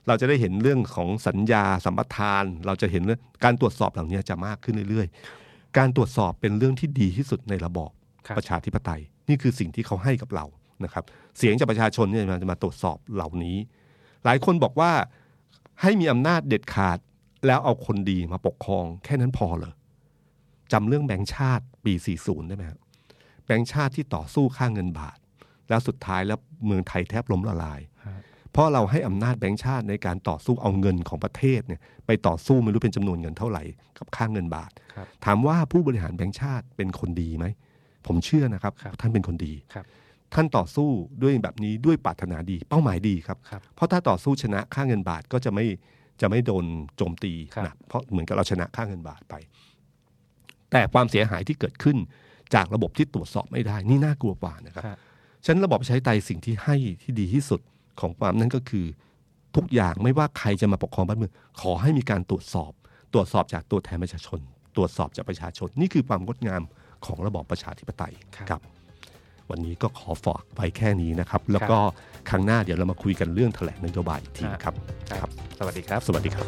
Speaker 2: เราจะได้เห็นเรื่องของสัญญาสัมปทาน เราจะเห็นเรื่องการตรวจสอบเหล่านี้จะมากขึ้นเรื่อย ๆ การตรวจสอบเป็นเรื่องที่ดีที่สุดในระบอบ
Speaker 3: ครับ
Speaker 2: ประชาธิปไตย นี่คือสิ่งที่เขาให้กับเรานะครับ เสียงจากประชาชนเนี่ยมันจะมาตรวจสอบเหล่านี้ หลายคนบอกว่าให้มีอำนาจเด็ดขาดแล้วเอาคนดีมาปกครอง แค่นั้นพอเหรอจำเรื่องแบงค์ชาติปี 40 ได้ไหมครับแบงค์ชาติที่ต่อสู้ค่าเงินบาท แล้วสุดท้ายแล้วเมืองไทยแทบล้มละลาย เพราะเราให้อำนาจแบงค์ชาติในการต่อสู้เอาเงินของประเทศเนี่ยไปต่อสู้ไม่รู้เป็นจำนวนเงินเท่าไหร่กับค่าเงินบาท
Speaker 3: ครับ
Speaker 2: ถามว่าผู้บริหารแบงค์ชาติเป็นคนดีไหม ผมเชื่อนะครับ
Speaker 3: ครับ
Speaker 2: ท่านเป็นคนดี
Speaker 3: ครับ
Speaker 2: ท่านต่อสู้ด้วยแบบนี้ด้วยปรารถนาดี เป้าหมายดีครับ
Speaker 3: ครับ
Speaker 2: เพราะถ้าต่อสู้ชนะค่าเงินบาทก็จะไม่จะไม่โดนโจมตี
Speaker 3: ครับ
Speaker 2: หนักเพราะเหมือนกับเราชนะค่าเงินบาทไป แต่ความเสียหายที่เกิดขึ้นจากระบบที่ตรวจสอบไม่ได้ นี่น่ากลัวกว่านะครับ
Speaker 3: ครับ
Speaker 2: ฉะนันระบอบประชาธิปไตยสิ่งที่ให้ที่ดีที่สุดของความนั้นก็คือ ทุกอย่างไม่ว่าใครจะมาปกครองบ้านเมืองขอให้มีการตรวจสอบ ตรวจสอบจากตัวแทนประชาชน ตรวจสอบจากประชาชน นี่คือความงดงามของระบอบประชาธิปไตย
Speaker 3: ครับ
Speaker 2: ครับ วันนี้ก็ขอฝากไปแค่นี้นะครับ แล้วก็ครั้งหน้าเดี๋ยวเรามาคุยกันเรื่องแถลงนโยบายอีกทีนะครับ
Speaker 3: ครับ สวัสดีครับ
Speaker 2: สวัสดีครับ